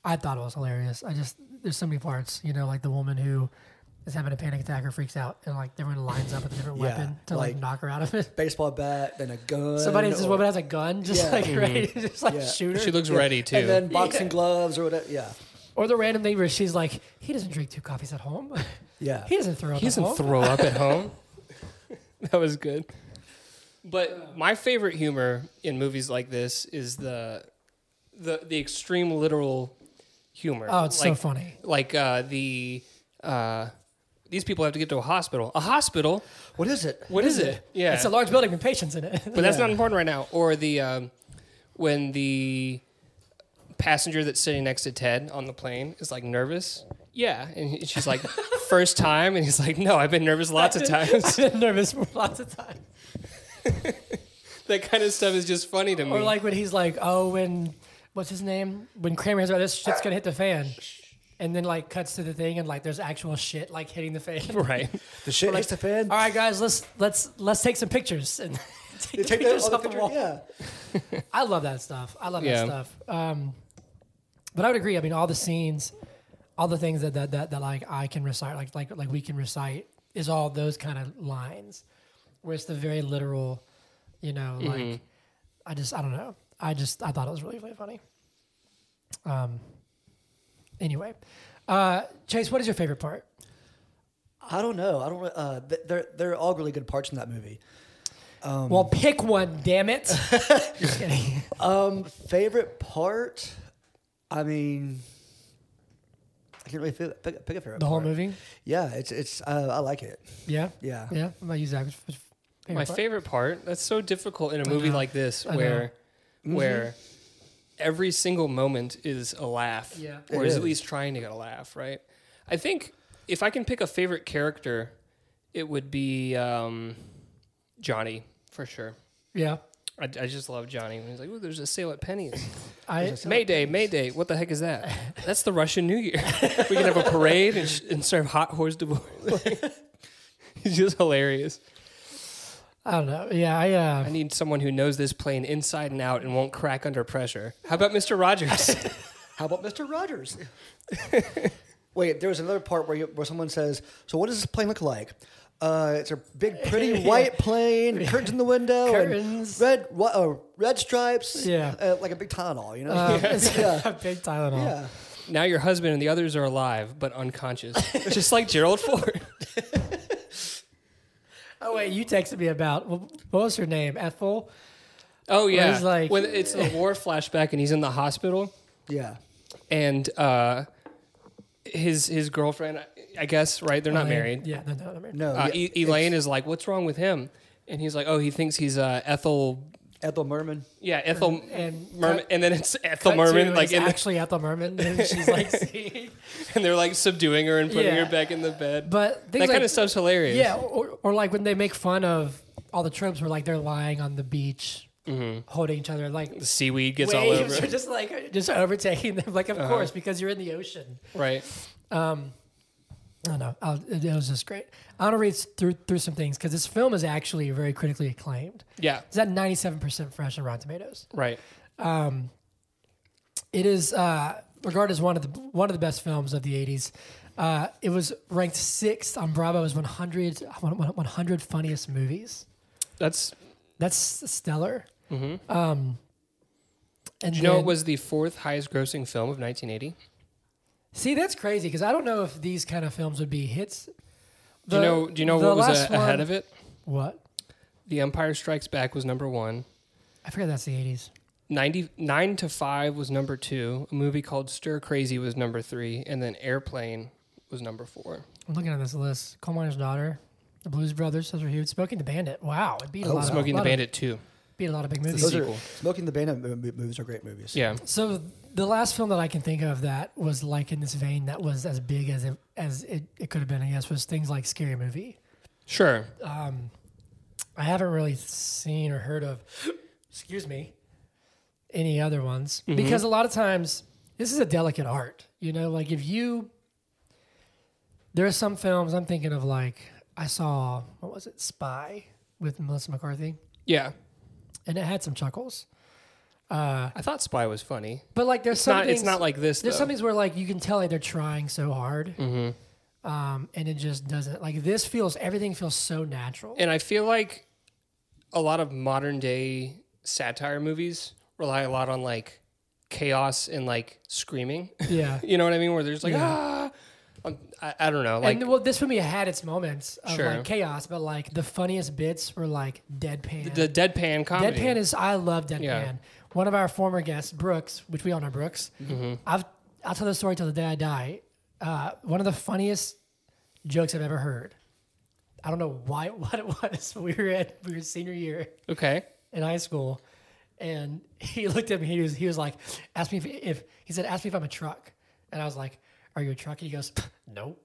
Speaker 1: I thought it was hilarious. I just there's so many parts, you know, like the woman who is having a panic attack or freaks out, and like everyone lines up with a different
Speaker 2: Yeah,
Speaker 1: weapon to like,
Speaker 2: like-
Speaker 1: knock her out of it.
Speaker 2: Baseball bat, then a gun.
Speaker 1: Somebody, this
Speaker 2: or-
Speaker 1: woman has a gun, just
Speaker 2: Yeah.
Speaker 1: like ready, to just like
Speaker 2: Yeah.
Speaker 1: shoot her.
Speaker 3: Mm-hmm. She looks ready too.
Speaker 2: and then boxing gloves or whatever. Yeah,
Speaker 1: or the random thing where she's like, he doesn't drink two coffees at home.
Speaker 2: yeah.
Speaker 1: he doesn't throw up.
Speaker 3: he
Speaker 1: at home.
Speaker 3: doesn't throw up at home. that was good. But my favorite humor in movies like this is the the the extreme literal humor.
Speaker 1: Oh, it's so
Speaker 3: Like-
Speaker 1: funny.
Speaker 3: Like uh the uh these people have to get to a hospital. A hospital?
Speaker 2: What is it?
Speaker 3: What is it? Yeah.
Speaker 1: It's a large building with patients in it.
Speaker 3: But that's not important right now. Or the um, when the passenger that's sitting next to Ted on the plane is like nervous. Yeah, and he- she's like, first time, and he's like, no, I've been nervous lots of times.
Speaker 1: I've been nervous for lots of times.
Speaker 3: that kind of stuff is just funny to me.
Speaker 1: Or like when he's like, oh, when what's his name? When Kramer has about this shit's gonna hit the fan, and then like cuts to the thing and like there's actual shit like hitting the fan.
Speaker 3: right,
Speaker 2: The shit
Speaker 1: Like,
Speaker 2: hits the fan.
Speaker 1: All right, guys, let's let's let's take some pictures. And Take the pictures
Speaker 3: oh,
Speaker 2: all
Speaker 1: off the
Speaker 2: picture-
Speaker 1: wall.
Speaker 2: Yeah.
Speaker 1: I love that stuff. I love
Speaker 3: Yeah.
Speaker 1: that stuff. Um, but I would agree. I mean, all the scenes, all the things that that that, that like I can recite, like like like we can recite, is all those kind of lines, where it's the very literal, you know,
Speaker 3: Mm-hmm.
Speaker 1: like I just I don't know. I just I thought it was really really funny. Um. Anyway, uh, Chase, what is your favorite part?
Speaker 2: I don't know. I don't. re- Uh, th- they're they're all really good parts in that movie.
Speaker 1: well, pick one. Damn it. Just kidding.
Speaker 2: Um, favorite part? I mean, I can't really feel, pick, pick a favorite.
Speaker 1: The whole
Speaker 2: part.
Speaker 1: movie.
Speaker 2: Yeah, it's it's. Uh, I like it.
Speaker 1: Yeah.
Speaker 2: Yeah.
Speaker 1: Yeah. What about you, Zach? What's your favorite
Speaker 3: My
Speaker 1: part?
Speaker 3: favorite part. That's so difficult in a movie
Speaker 1: know.
Speaker 3: like this,
Speaker 1: I know. Mm-hmm.
Speaker 3: where where every single moment is a laugh,
Speaker 1: Yeah.
Speaker 3: or
Speaker 2: It
Speaker 3: is at
Speaker 2: is.
Speaker 3: least trying to get a laugh, right? I think if I can pick a favorite character, it would be um, Johnny for sure.
Speaker 1: Yeah.
Speaker 3: I, I just love Johnny when he's like, "Ooh, there's a sale at Penny's."
Speaker 1: I,
Speaker 3: Mayday, Mayday. What the heck is that? That's the Russian New Year. we can have a parade and, sh- and serve hot horse divorce. He's just hilarious.
Speaker 1: I don't know. Yeah, I uh,
Speaker 3: I need someone who knows this plane inside and out and won't crack under pressure. How about Mr. Rogers?
Speaker 2: How about Mister Rogers? Wait, there was another part where you, where someone says, "So what does this plane look like?" Uh, it's a big, pretty white plane, curtains in the window,
Speaker 1: Curtains.
Speaker 2: and red, wha- uh, red stripes.
Speaker 1: Yeah.
Speaker 2: uh, like a big Tylenol, you know.
Speaker 1: um, it's a big Tylenol.
Speaker 2: yeah.
Speaker 3: now your husband and the others are alive but unconscious, just like Gerald Ford.
Speaker 1: Oh wait, you texted me about wh- what was her name? Ethel.
Speaker 3: Oh yeah,
Speaker 1: he's like-
Speaker 3: when it's the war flashback and he's in the hospital
Speaker 2: yeah.
Speaker 3: and uh, his his girlfriend, I- I guess, right? They're not married.
Speaker 1: Oh, Yeah, no, no, not married.
Speaker 2: No.
Speaker 3: Uh,
Speaker 2: yeah,
Speaker 3: E- Elaine is like, "What's wrong with him?" And he's like, "Oh, he thinks he's uh, Ethel."
Speaker 2: Ethel Merman.
Speaker 3: Yeah, Ethel
Speaker 1: and
Speaker 3: and Merman, and then it's Ethel
Speaker 1: Cut
Speaker 3: Merman,
Speaker 1: to
Speaker 3: like
Speaker 1: is
Speaker 3: in the,
Speaker 1: actually Ethel Merman, and she's like, see?
Speaker 3: and they're like subduing her and putting
Speaker 1: Yeah.
Speaker 3: her back in the bed.
Speaker 1: but
Speaker 3: that
Speaker 1: things like,
Speaker 3: kind of stuff's hilarious.
Speaker 1: yeah, or, or like when they make fun of all the tropes where like they're lying on the beach, holding each other, like
Speaker 3: Mm-hmm. The seaweed gets all
Speaker 1: waves
Speaker 3: over.
Speaker 1: are just like just overtaking them. Like of
Speaker 2: Uh-huh.
Speaker 1: course, because you're in the ocean.
Speaker 3: right.
Speaker 1: I don't know. I'll, it, it was just great. I want to read through through some things because this film is actually very critically acclaimed.
Speaker 3: Yeah.
Speaker 1: It's at 97% fresh on Rotten Tomatoes.
Speaker 3: Right.
Speaker 1: It is uh, regarded as one of the one of the best films of the 80s. Uh, it was ranked sixth on Bravo's 100 100 funniest movies.
Speaker 3: That's
Speaker 1: That's stellar. Mm-hmm. Um, and
Speaker 3: do you know
Speaker 1: then-
Speaker 3: it was the fourth highest grossing film of 1980.
Speaker 1: see that's crazy because I don't know if these kind of films would be hits.
Speaker 3: Do
Speaker 1: The-
Speaker 3: you know do you know
Speaker 1: the
Speaker 3: what was
Speaker 1: last
Speaker 3: a, ahead
Speaker 1: one-
Speaker 3: of it?
Speaker 1: What
Speaker 3: The Empire Strikes Back was number 1.
Speaker 1: I forget that's the 80s.
Speaker 3: 90, 9 to 5 was number 2. A movie called Stir Crazy was number 3 and then Airplane was number 4.
Speaker 1: I'm looking at this list. Coal Miner's Daughter, The Blues Brothers, Sister Huge, Smoking the Bandit. Wow, it beat a lot.
Speaker 3: Oh, Smoking
Speaker 1: of,
Speaker 3: the
Speaker 1: lot
Speaker 3: Bandit 2.
Speaker 1: of, beat a lot of big movies.
Speaker 2: Those
Speaker 3: sequel.
Speaker 2: are Smoking the Bandit mo- mo- movies are great movies.
Speaker 3: Yeah.
Speaker 1: So the last film that I can think of that was like in this vein that was as big as it as it, it could have been, I guess, was things like Scary Movie.
Speaker 3: Sure.
Speaker 1: I haven't really seen or heard of excuse me any other ones. Because a lot of times this is a delicate art. You know, like if you there are some films I'm thinking of like I saw what was it, Spy with Melissa McCarthy.
Speaker 3: Yeah.
Speaker 1: And it had some chuckles.
Speaker 3: I thought Spy was funny.
Speaker 1: But like there's
Speaker 3: It's
Speaker 1: some
Speaker 3: not it's
Speaker 1: things-
Speaker 3: not like this though.
Speaker 1: There's some things where like you can tell like they're trying so hard,
Speaker 3: Mm-hmm.
Speaker 1: um, and it just doesn't. Like this feels everything feels so natural.
Speaker 3: And I feel like a lot of modern day satire movies rely a lot on like chaos and like screaming.
Speaker 1: yeah,
Speaker 3: you know what I mean? Where there's like, ah, Um, I, I don't know. Like,
Speaker 1: and well, this movie had its moments of
Speaker 3: Sure.
Speaker 1: like chaos, but like the funniest bits were like deadpan.
Speaker 3: the deadpan comedy.
Speaker 1: deadpan is I love deadpan.
Speaker 3: Yeah.
Speaker 1: One of our former guests, Brooks, which we all know Brooks.
Speaker 3: Mm-hmm.
Speaker 1: I've I'll tell the story till the day I die. Uh, one of the funniest jokes I've ever heard. I don't know why what it was. We were at we were senior year.
Speaker 3: okay.
Speaker 1: in high school, and he looked at me. He was he was like, "Ask me if, if he said, ask me if I'm a truck," and I was like, "Are you a truck?" And he goes, "No,"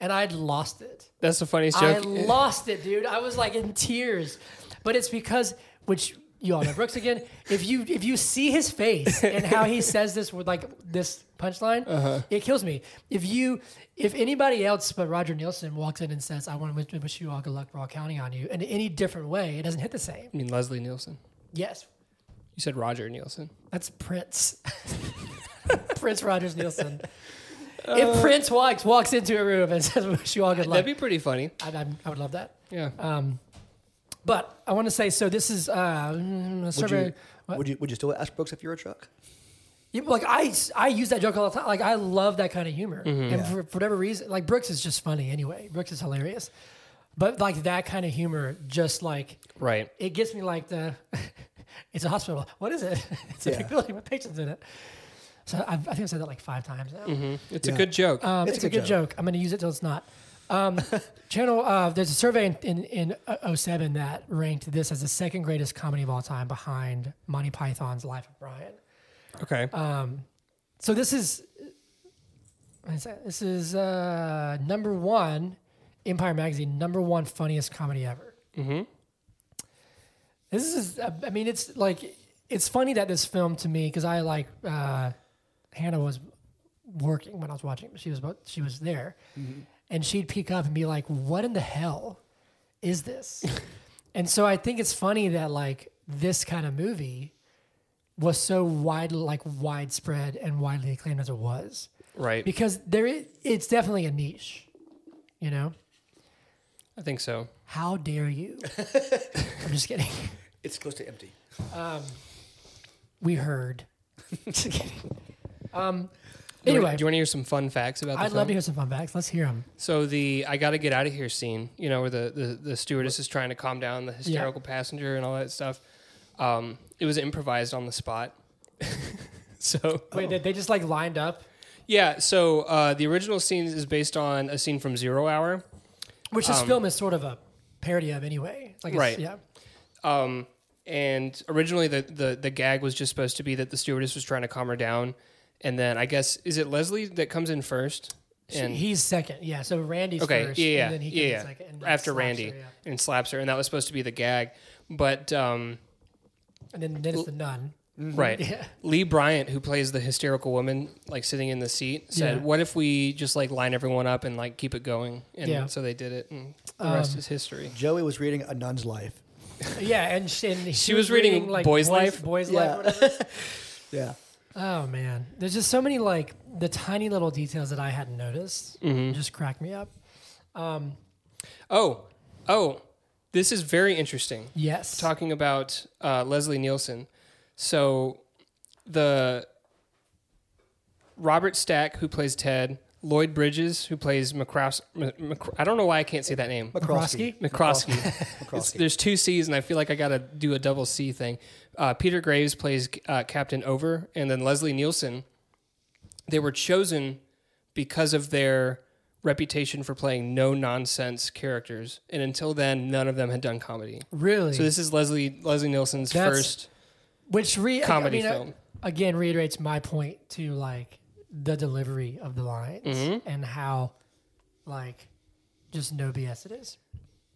Speaker 1: and I'd lost it.
Speaker 3: That's the funniest
Speaker 1: I
Speaker 3: joke.
Speaker 1: lost it, dude. I was like in tears, but it's because which you all know Brooks again. If you if you see his face and how he says this with like this punchline, it kills me. If you if anybody else but Roger Nielsen walks in and says, "I want to wish you all good luck. We're all counting on you," in any different way, it doesn't hit the same.
Speaker 3: I mean, Leslie Nielsen.
Speaker 1: Yes,
Speaker 3: You said Roger Nielsen.
Speaker 1: that's Prince. Prince Rogers Nielsen.
Speaker 2: Uh,
Speaker 1: if Prince walks walks into a room and says, "Wish you all good luck,"
Speaker 3: That'd be pretty funny. Uh,
Speaker 1: I, I, I would love that.
Speaker 3: Yeah.
Speaker 1: But I want to say, so this is uh, mm, a
Speaker 2: Would
Speaker 1: survey.
Speaker 2: you, would you would you still ask Brooks if you're a truck?
Speaker 1: Yeah, but, like I, I use that joke all the time. Like I love that kind of humor,
Speaker 2: Mm-hmm.
Speaker 1: and for, for whatever reason, like Brooks is just funny anyway. Brooks is hilarious, but like that kind of humor, just like
Speaker 3: right.
Speaker 1: it gets me like the, it's a hospital. What is it? It's a
Speaker 2: Yeah.
Speaker 1: big building with patients in it. So I, I think I said that like five times now.
Speaker 3: It's a good joke.
Speaker 1: Um, it's, a good, joke. I'm going to use it till it's not. Um, channel, uh, there's a survey in, in, in uh, 07 that ranked this as the second greatest comedy of all time behind Monty Python's Life of Brian.
Speaker 3: okay.
Speaker 1: uh, So this is what is that? this is uh, number one, Empire Magazine, number one funniest comedy ever. Mm-hmm. This is, uh, I mean, it's like it's funny that this film to me because I like uh, Hannah was working when I was watching. She was about, she was there, and she'd peek up and be like, "What in the hell is this?" and so I think it's funny that like this kind of movie was so wide like widespread and widely acclaimed as it was
Speaker 3: right.
Speaker 1: because there is, it's definitely a niche you know
Speaker 3: I think so.
Speaker 1: how dare you i'm just kidding
Speaker 2: It's close to empty.
Speaker 1: we heard just kidding
Speaker 3: Do you wanna-
Speaker 1: Anyway.
Speaker 3: do you want to hear some fun facts about the
Speaker 1: i'd
Speaker 3: film?
Speaker 1: love to hear some fun facts let's hear them
Speaker 3: So the I gotta get out of here scene, you know, where the, the, the stewardess is trying to calm down the hysterical passenger and all that stuff. Um, it was improvised on the spot. so
Speaker 1: wait they, they just like lined up
Speaker 3: yeah, so uh, the original scene is based on a scene from Zero Hour.
Speaker 1: which this film is sort of a parody of anyway like
Speaker 3: Um, Right.
Speaker 1: it's, yeah
Speaker 3: Um, and originally the, the the gag was just supposed to be that the stewardess was trying to calm her down, and then I guess is it Leslie that comes in first? And
Speaker 1: he's second yeah so randy's
Speaker 3: Okay,
Speaker 1: first
Speaker 3: yeah, yeah,
Speaker 1: and then he
Speaker 3: yeah,
Speaker 1: comes
Speaker 3: yeah.
Speaker 1: second and
Speaker 3: After
Speaker 1: slaps
Speaker 3: Randy
Speaker 1: her, yeah.
Speaker 3: and slaps her, and that was supposed to be the gag, but um,
Speaker 1: and then, then it's the nun
Speaker 3: right, Lee Bryant, who plays the hysterical woman, like sitting in the seat, said,
Speaker 1: Yeah.
Speaker 3: "What if we just like line everyone up and like keep it going?" And
Speaker 1: Yeah. Um,
Speaker 3: so they did it, and the rest is history.
Speaker 2: Joey was reading a nun's life.
Speaker 1: yeah and she, and she
Speaker 3: was reading Boy's Life?
Speaker 1: boys
Speaker 2: Yeah.
Speaker 1: life whatever.
Speaker 2: Yeah.
Speaker 1: Oh man, there's just so many like the tiny little details that I hadn't noticed
Speaker 3: Mm-hmm.
Speaker 1: just crack me up.
Speaker 3: Oh, oh, this is very interesting.
Speaker 1: Yes,
Speaker 3: talking about uh, Leslie Nielsen. So the Robert Stack, who plays Ted, Lloyd Bridges, who plays McCros- M- Mc- I don't know why I can't say that name.
Speaker 1: Krosky.
Speaker 3: McCroskey. It's- There's two C's, and I feel like I got to do a double C thing. Uh, Peter Graves plays uh, Captain Over, and then Leslie Nielsen. They were chosen because of their reputation for playing no nonsense characters, and until then, none of them had done comedy.
Speaker 1: Really,
Speaker 3: So this is Leslie Leslie Nielsen's
Speaker 1: That's-
Speaker 3: first.
Speaker 1: which re-
Speaker 3: comedy
Speaker 1: I mean, uh,
Speaker 3: film.
Speaker 1: again reiterates my point to like the delivery of the lines
Speaker 3: Mm-hmm.
Speaker 1: and how like just no BS it is.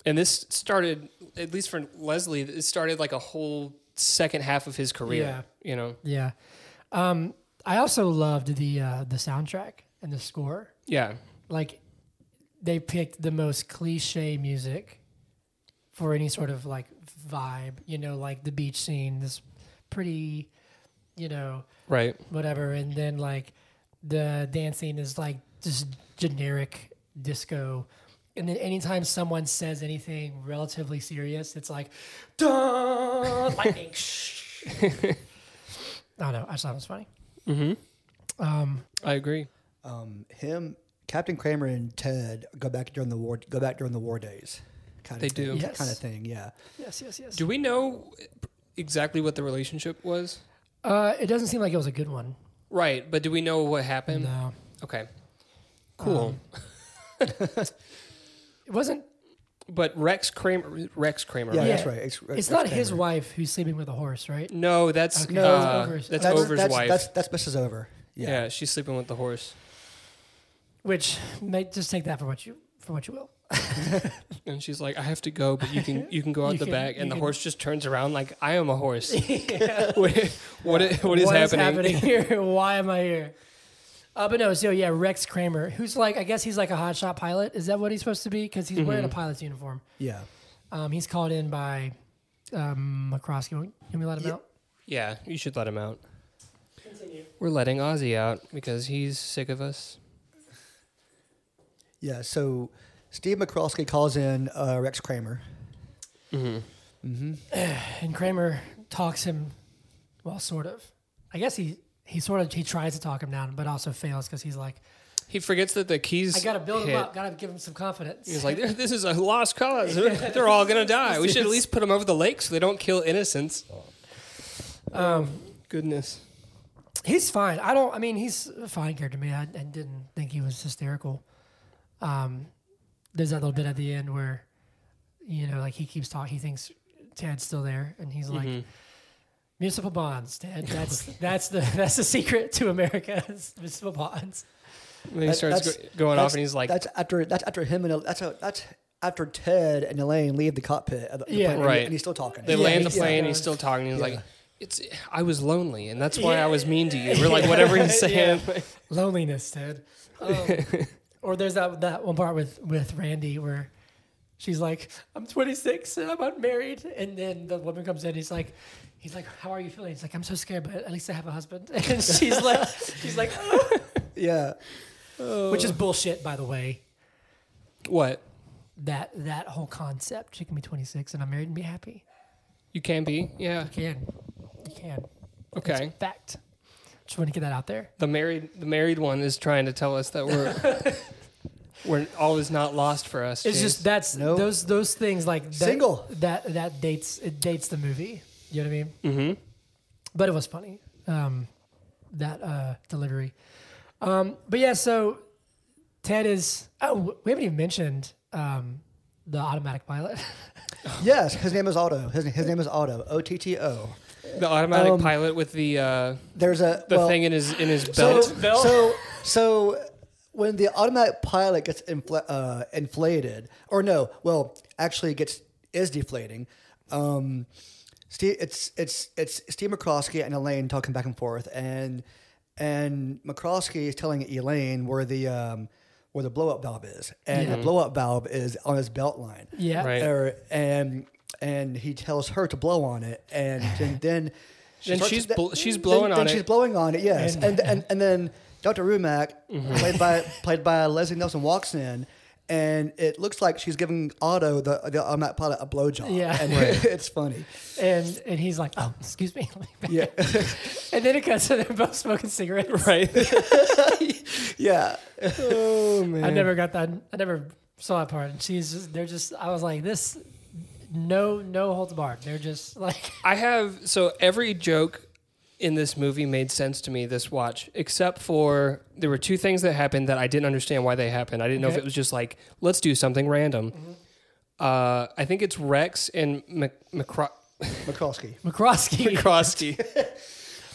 Speaker 3: And this started, at least for Leslie, it started like a whole second half of his career. You know,
Speaker 1: Yeah, um, I also loved the uh, the soundtrack and the score.
Speaker 3: yeah,
Speaker 1: like they picked the most cliche music for any sort of like vibe, you know, like the beach scene, this pretty, you know,
Speaker 3: right,
Speaker 1: whatever, and then like the dancing is like just generic disco. And then anytime someone says anything relatively serious, it's like, duh, lightning. shh. I don't know. I just thought it was funny.
Speaker 3: Mm-hmm. I agree.
Speaker 2: Um, him, Captain Kramer, and Ted go back during the war. Go back during the war days. Kind
Speaker 3: They
Speaker 2: of thing,
Speaker 3: do.
Speaker 1: Yes.
Speaker 2: Kind of thing. Yeah.
Speaker 1: Yes, yes, yes.
Speaker 3: Do we know exactly what the relationship was?
Speaker 1: Uh, it doesn't seem like it was a good one.
Speaker 3: Right, but do we know what happened?
Speaker 1: No. Um,
Speaker 3: Okay, cool.
Speaker 1: It wasn't
Speaker 3: but Rex Kramer, Rex Kramer,
Speaker 2: Yeah,
Speaker 3: right?
Speaker 2: that's
Speaker 1: Yeah.
Speaker 2: right. It's,
Speaker 1: It's not his wife who's sleeping with a horse, right?
Speaker 3: No, that's
Speaker 1: Okay.
Speaker 3: no,
Speaker 1: No,
Speaker 3: uh,
Speaker 1: Over's-
Speaker 3: that's,
Speaker 2: That's,
Speaker 3: Over's
Speaker 2: that's,
Speaker 3: wife.
Speaker 2: That's, that's Mrs. Over. Yeah.
Speaker 3: yeah, she's sleeping with the horse.
Speaker 1: Which may just take that for what you for what you will.
Speaker 3: and she's like, I have to go, but you can you can go out
Speaker 1: You
Speaker 3: the
Speaker 1: can-
Speaker 3: back.
Speaker 1: you
Speaker 3: And the
Speaker 1: can-
Speaker 3: horse just turns around like I am a horse. what, what i- what is
Speaker 1: What is
Speaker 3: happening?
Speaker 1: happening here? Why am I here? Uh, but no, so yeah, Rex Kramer, who's like, I guess he's like a hotshot pilot. Is that what he's supposed to be? Because he's wearing a
Speaker 3: Mm-hmm.
Speaker 1: pilot's uniform.
Speaker 2: Yeah.
Speaker 1: Um, he's called in by um, McCroskey. Can we let him out?
Speaker 3: Yeah, you should let him out. We're letting Ozzy out because he's sick of us.
Speaker 2: Yeah. So Steve McCroskey calls in uh, Rex Kramer.
Speaker 1: And Kramer talks him, well, sort of. I guess he he sort of he tries to talk him down, but also fails because he's like,
Speaker 3: He forgets that the keys.
Speaker 1: I gotta build
Speaker 3: hit.
Speaker 1: him up, gotta give him some confidence.
Speaker 3: He's like, this is a lost cause. They're all gonna die. We should at least put them over the lake so they don't kill innocents.
Speaker 1: um,
Speaker 3: Goodness.
Speaker 1: he's fine. I don't. I mean, he's a fine character. to Me, I, I didn't think he was hysterical. Um, there's that little bit at the end where, you know, like he keeps talking. He thinks Tad's still there, and he's like, "Municipal bonds, Tad. That's that's the that's the secret to America. is municipal bonds."
Speaker 3: And he
Speaker 2: That-
Speaker 3: starts
Speaker 2: that's-
Speaker 3: go- going
Speaker 2: that's-
Speaker 3: off and he's like,
Speaker 2: that's after that's after him and that's how, that's after Ted and Elaine leave the cockpit. Of the, the
Speaker 1: Yeah.
Speaker 2: plane, and he-
Speaker 3: Right.
Speaker 2: And he's still talking.
Speaker 3: They
Speaker 1: Yeah,
Speaker 3: land the
Speaker 1: he's- yeah.
Speaker 3: plane. and He's still talking. He's like,
Speaker 2: Yeah.
Speaker 3: "It's I was lonely, and that's why I was mean to you." We're like, whatever he's saying.
Speaker 1: Loneliness, Ted. Um, or there's that that one part with with Randy where. She's like, I'm 26 and I'm unmarried. And then the woman comes in. He's like, he's like, how are you feeling? He's like, I'm so scared, but at least I have a husband. And she's like, she's like, "Oh."
Speaker 2: Yeah.
Speaker 1: which is bullshit, by the way.
Speaker 3: What
Speaker 1: That that whole concept. She can be 26 and I'm married and be happy.
Speaker 3: you can be? Yeah.
Speaker 1: Can you can
Speaker 3: Okay.
Speaker 1: fact? Just want to get that out there.
Speaker 3: The married the married one is trying to tell us that we're we're all is not lost for us.
Speaker 1: It's
Speaker 3: James.
Speaker 1: just that's
Speaker 2: No.
Speaker 1: those those things like that,
Speaker 2: Single.
Speaker 1: that that dates it dates the movie. You know what I mean? Mm-hmm. But it was funny um, that uh, delivery. Um, but yeah, so Ted is. Oh, we haven't even mentioned um, the automatic pilot.
Speaker 2: Yes. His name is Otto. His, his name is Otto. O T T O.
Speaker 3: the automatic
Speaker 2: um,
Speaker 3: pilot with the uh,
Speaker 2: There's a
Speaker 3: the
Speaker 2: well,
Speaker 3: thing in his in his
Speaker 2: So,
Speaker 3: belt.
Speaker 2: so, so when the automatic pilot gets infl- uh, inflated, or no, well, actually gets is deflating. Um, Steve, it's it's it's Steve McCroskey and Elaine talking back and forth, and and McCroskey is telling Elaine where the um, where the blow up valve is, and the blow up valve is on his belt line.
Speaker 1: yeah,
Speaker 3: Mm-hmm. Right.
Speaker 2: Or- and and he tells her to blow on it, and, then then she
Speaker 3: Then
Speaker 2: starts-
Speaker 3: she's
Speaker 2: th-
Speaker 3: bl- she's
Speaker 2: then-
Speaker 3: blowing
Speaker 2: then
Speaker 3: on
Speaker 2: She's
Speaker 3: it.
Speaker 2: blowing on it, yes. And and, and then Dr. Rumack,
Speaker 1: Mm-hmm.
Speaker 2: played by played by Leslie Nelson, walks in. And it looks like she's giving Otto the the automatic pilot a blowjob.
Speaker 1: Yeah.
Speaker 2: and it's funny.
Speaker 1: and and he's like, oh, excuse me.
Speaker 2: Yeah,
Speaker 1: and then it cuts to they're both smoking cigarettes.
Speaker 3: right.
Speaker 2: yeah.
Speaker 3: oh man.
Speaker 1: I never got that. I never saw that part. And she's just, they're just. I was like, this. No, no holds barred. They're just like.
Speaker 3: I have so every joke in this movie made sense to me this watch, except for there were two things that happened that I didn't understand why they happened. I didn't know if
Speaker 1: Okay. Mm-hmm.
Speaker 3: it was just like let's do something random. Uh, I think it's Rex and Mc, McCro-
Speaker 2: McCroskey.
Speaker 1: McCroskey,
Speaker 3: McCroskey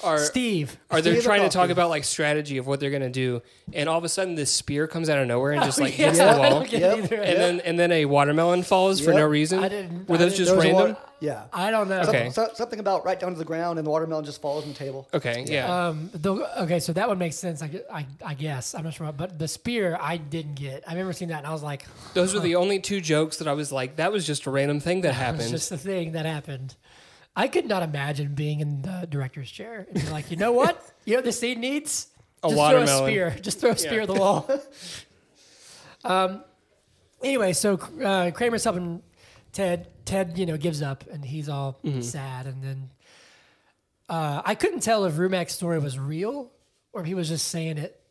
Speaker 3: are
Speaker 1: Steve.
Speaker 3: are they
Speaker 2: Steve
Speaker 3: trying to
Speaker 2: McCroskey.
Speaker 3: talk about like strategy of what they're gonna do, and all of a sudden this spear comes out of nowhere and just like hits
Speaker 1: Oh, Yeah,
Speaker 3: the
Speaker 1: I
Speaker 3: wall.
Speaker 1: don't get
Speaker 2: Yep.
Speaker 1: either.
Speaker 3: And then and then a watermelon falls for
Speaker 2: Yep.
Speaker 3: no reason.
Speaker 1: I didn't-
Speaker 3: Were
Speaker 1: I
Speaker 3: those
Speaker 1: didn't-
Speaker 3: just
Speaker 2: There was a
Speaker 3: random?
Speaker 2: wa- yeah.
Speaker 1: I don't know.
Speaker 3: Okay.
Speaker 2: So, something about right down to the ground and the watermelon just falls on the table.
Speaker 3: okay, yeah.
Speaker 1: Um, the, okay, so that would make sense. I, gu- I, I guess I'm not sure, but the spear I didn't get. I remember seeing that, and I was like,
Speaker 3: Those were the only two jokes that I was like, that was just a random thing that
Speaker 1: "It's
Speaker 3: happened.
Speaker 1: just the thing that happened." I could not imagine being in the director's chair and be like, "You know what? You know what this scene needs
Speaker 3: A
Speaker 1: just Throw a
Speaker 3: watermelon.
Speaker 1: spear. Just throw a spear at the wall." um. Anyway, so uh, Kramer's helping Ted. Ted, you know, gives up, and he's all
Speaker 3: Mm-hmm.
Speaker 1: sad, and then uh, I couldn't tell if Rumack's story was real or if he was just saying it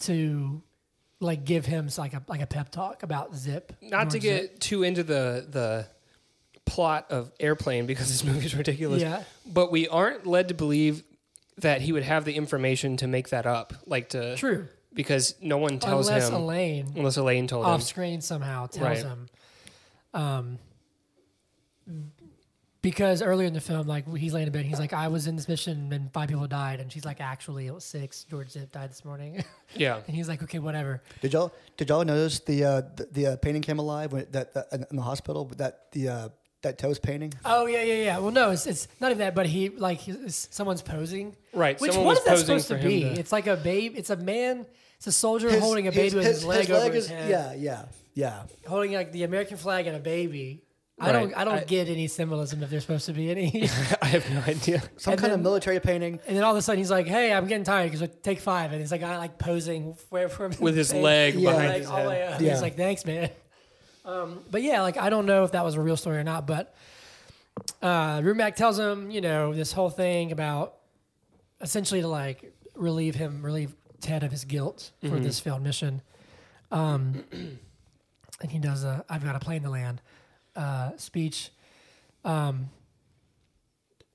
Speaker 1: to like give him like a like a pep talk about Zip.
Speaker 3: Not to
Speaker 1: Or Zip.
Speaker 3: get too into the the plot of Airplane because this movie's ridiculous.
Speaker 1: Yeah.
Speaker 3: But we aren't led to believe that he would have the information to make that up, like to
Speaker 1: true,
Speaker 3: because no one tells
Speaker 1: unless
Speaker 3: him
Speaker 1: Elaine
Speaker 3: unless Elaine told
Speaker 1: off
Speaker 3: him.
Speaker 1: screen somehow tells
Speaker 3: Right.
Speaker 1: him. Um, because earlier in the film, like he's laying in bed, he's like, "I was in this mission and five people died," and she's like, "Actually, it was six. George Zip died this morning,"
Speaker 3: Yeah.
Speaker 1: and he's like, "Okay, whatever."
Speaker 2: Did y'all did y'all notice the uh, the, the uh, painting came alive when it, that, that in the hospital but that the uh, that toes painting?
Speaker 1: Oh yeah, yeah, yeah. Well, no, it's, it's not even that, but he like he- s- someone's posing.
Speaker 3: Right,
Speaker 1: Which
Speaker 3: someone
Speaker 1: what
Speaker 3: was
Speaker 1: is that
Speaker 3: posing
Speaker 1: supposed to
Speaker 3: for him
Speaker 1: be?
Speaker 3: to-
Speaker 1: It's like a babe. It's a man. It's a soldier holding a baby with his, leg over his head.
Speaker 2: yeah yeah yeah.
Speaker 1: holding like the American flag and a baby. I
Speaker 3: Right.
Speaker 1: don't I don't
Speaker 3: I-
Speaker 1: get any symbolism if there's supposed to be any.
Speaker 3: I have no idea.
Speaker 2: Some
Speaker 1: And
Speaker 2: kind
Speaker 1: then-
Speaker 2: of military painting.
Speaker 1: and then all of a sudden he's like, "Hey, I'm getting tired because take five. and he's like, "I like posing where from
Speaker 3: With his leg
Speaker 2: Yeah.
Speaker 3: behind
Speaker 1: like,
Speaker 3: his
Speaker 1: all the way
Speaker 3: head.
Speaker 1: up.
Speaker 2: Yeah.
Speaker 1: He's like, "Thanks, man." Um, but yeah, like I don't know if that was a real story or not, but uh, Rumac tells him, you know, this whole thing about essentially to like relieve him, relieve Ted of his guilt for
Speaker 3: Mm-hmm.
Speaker 1: this failed mission. Um, and he does a "I've got a plane to land" uh, speech. Um,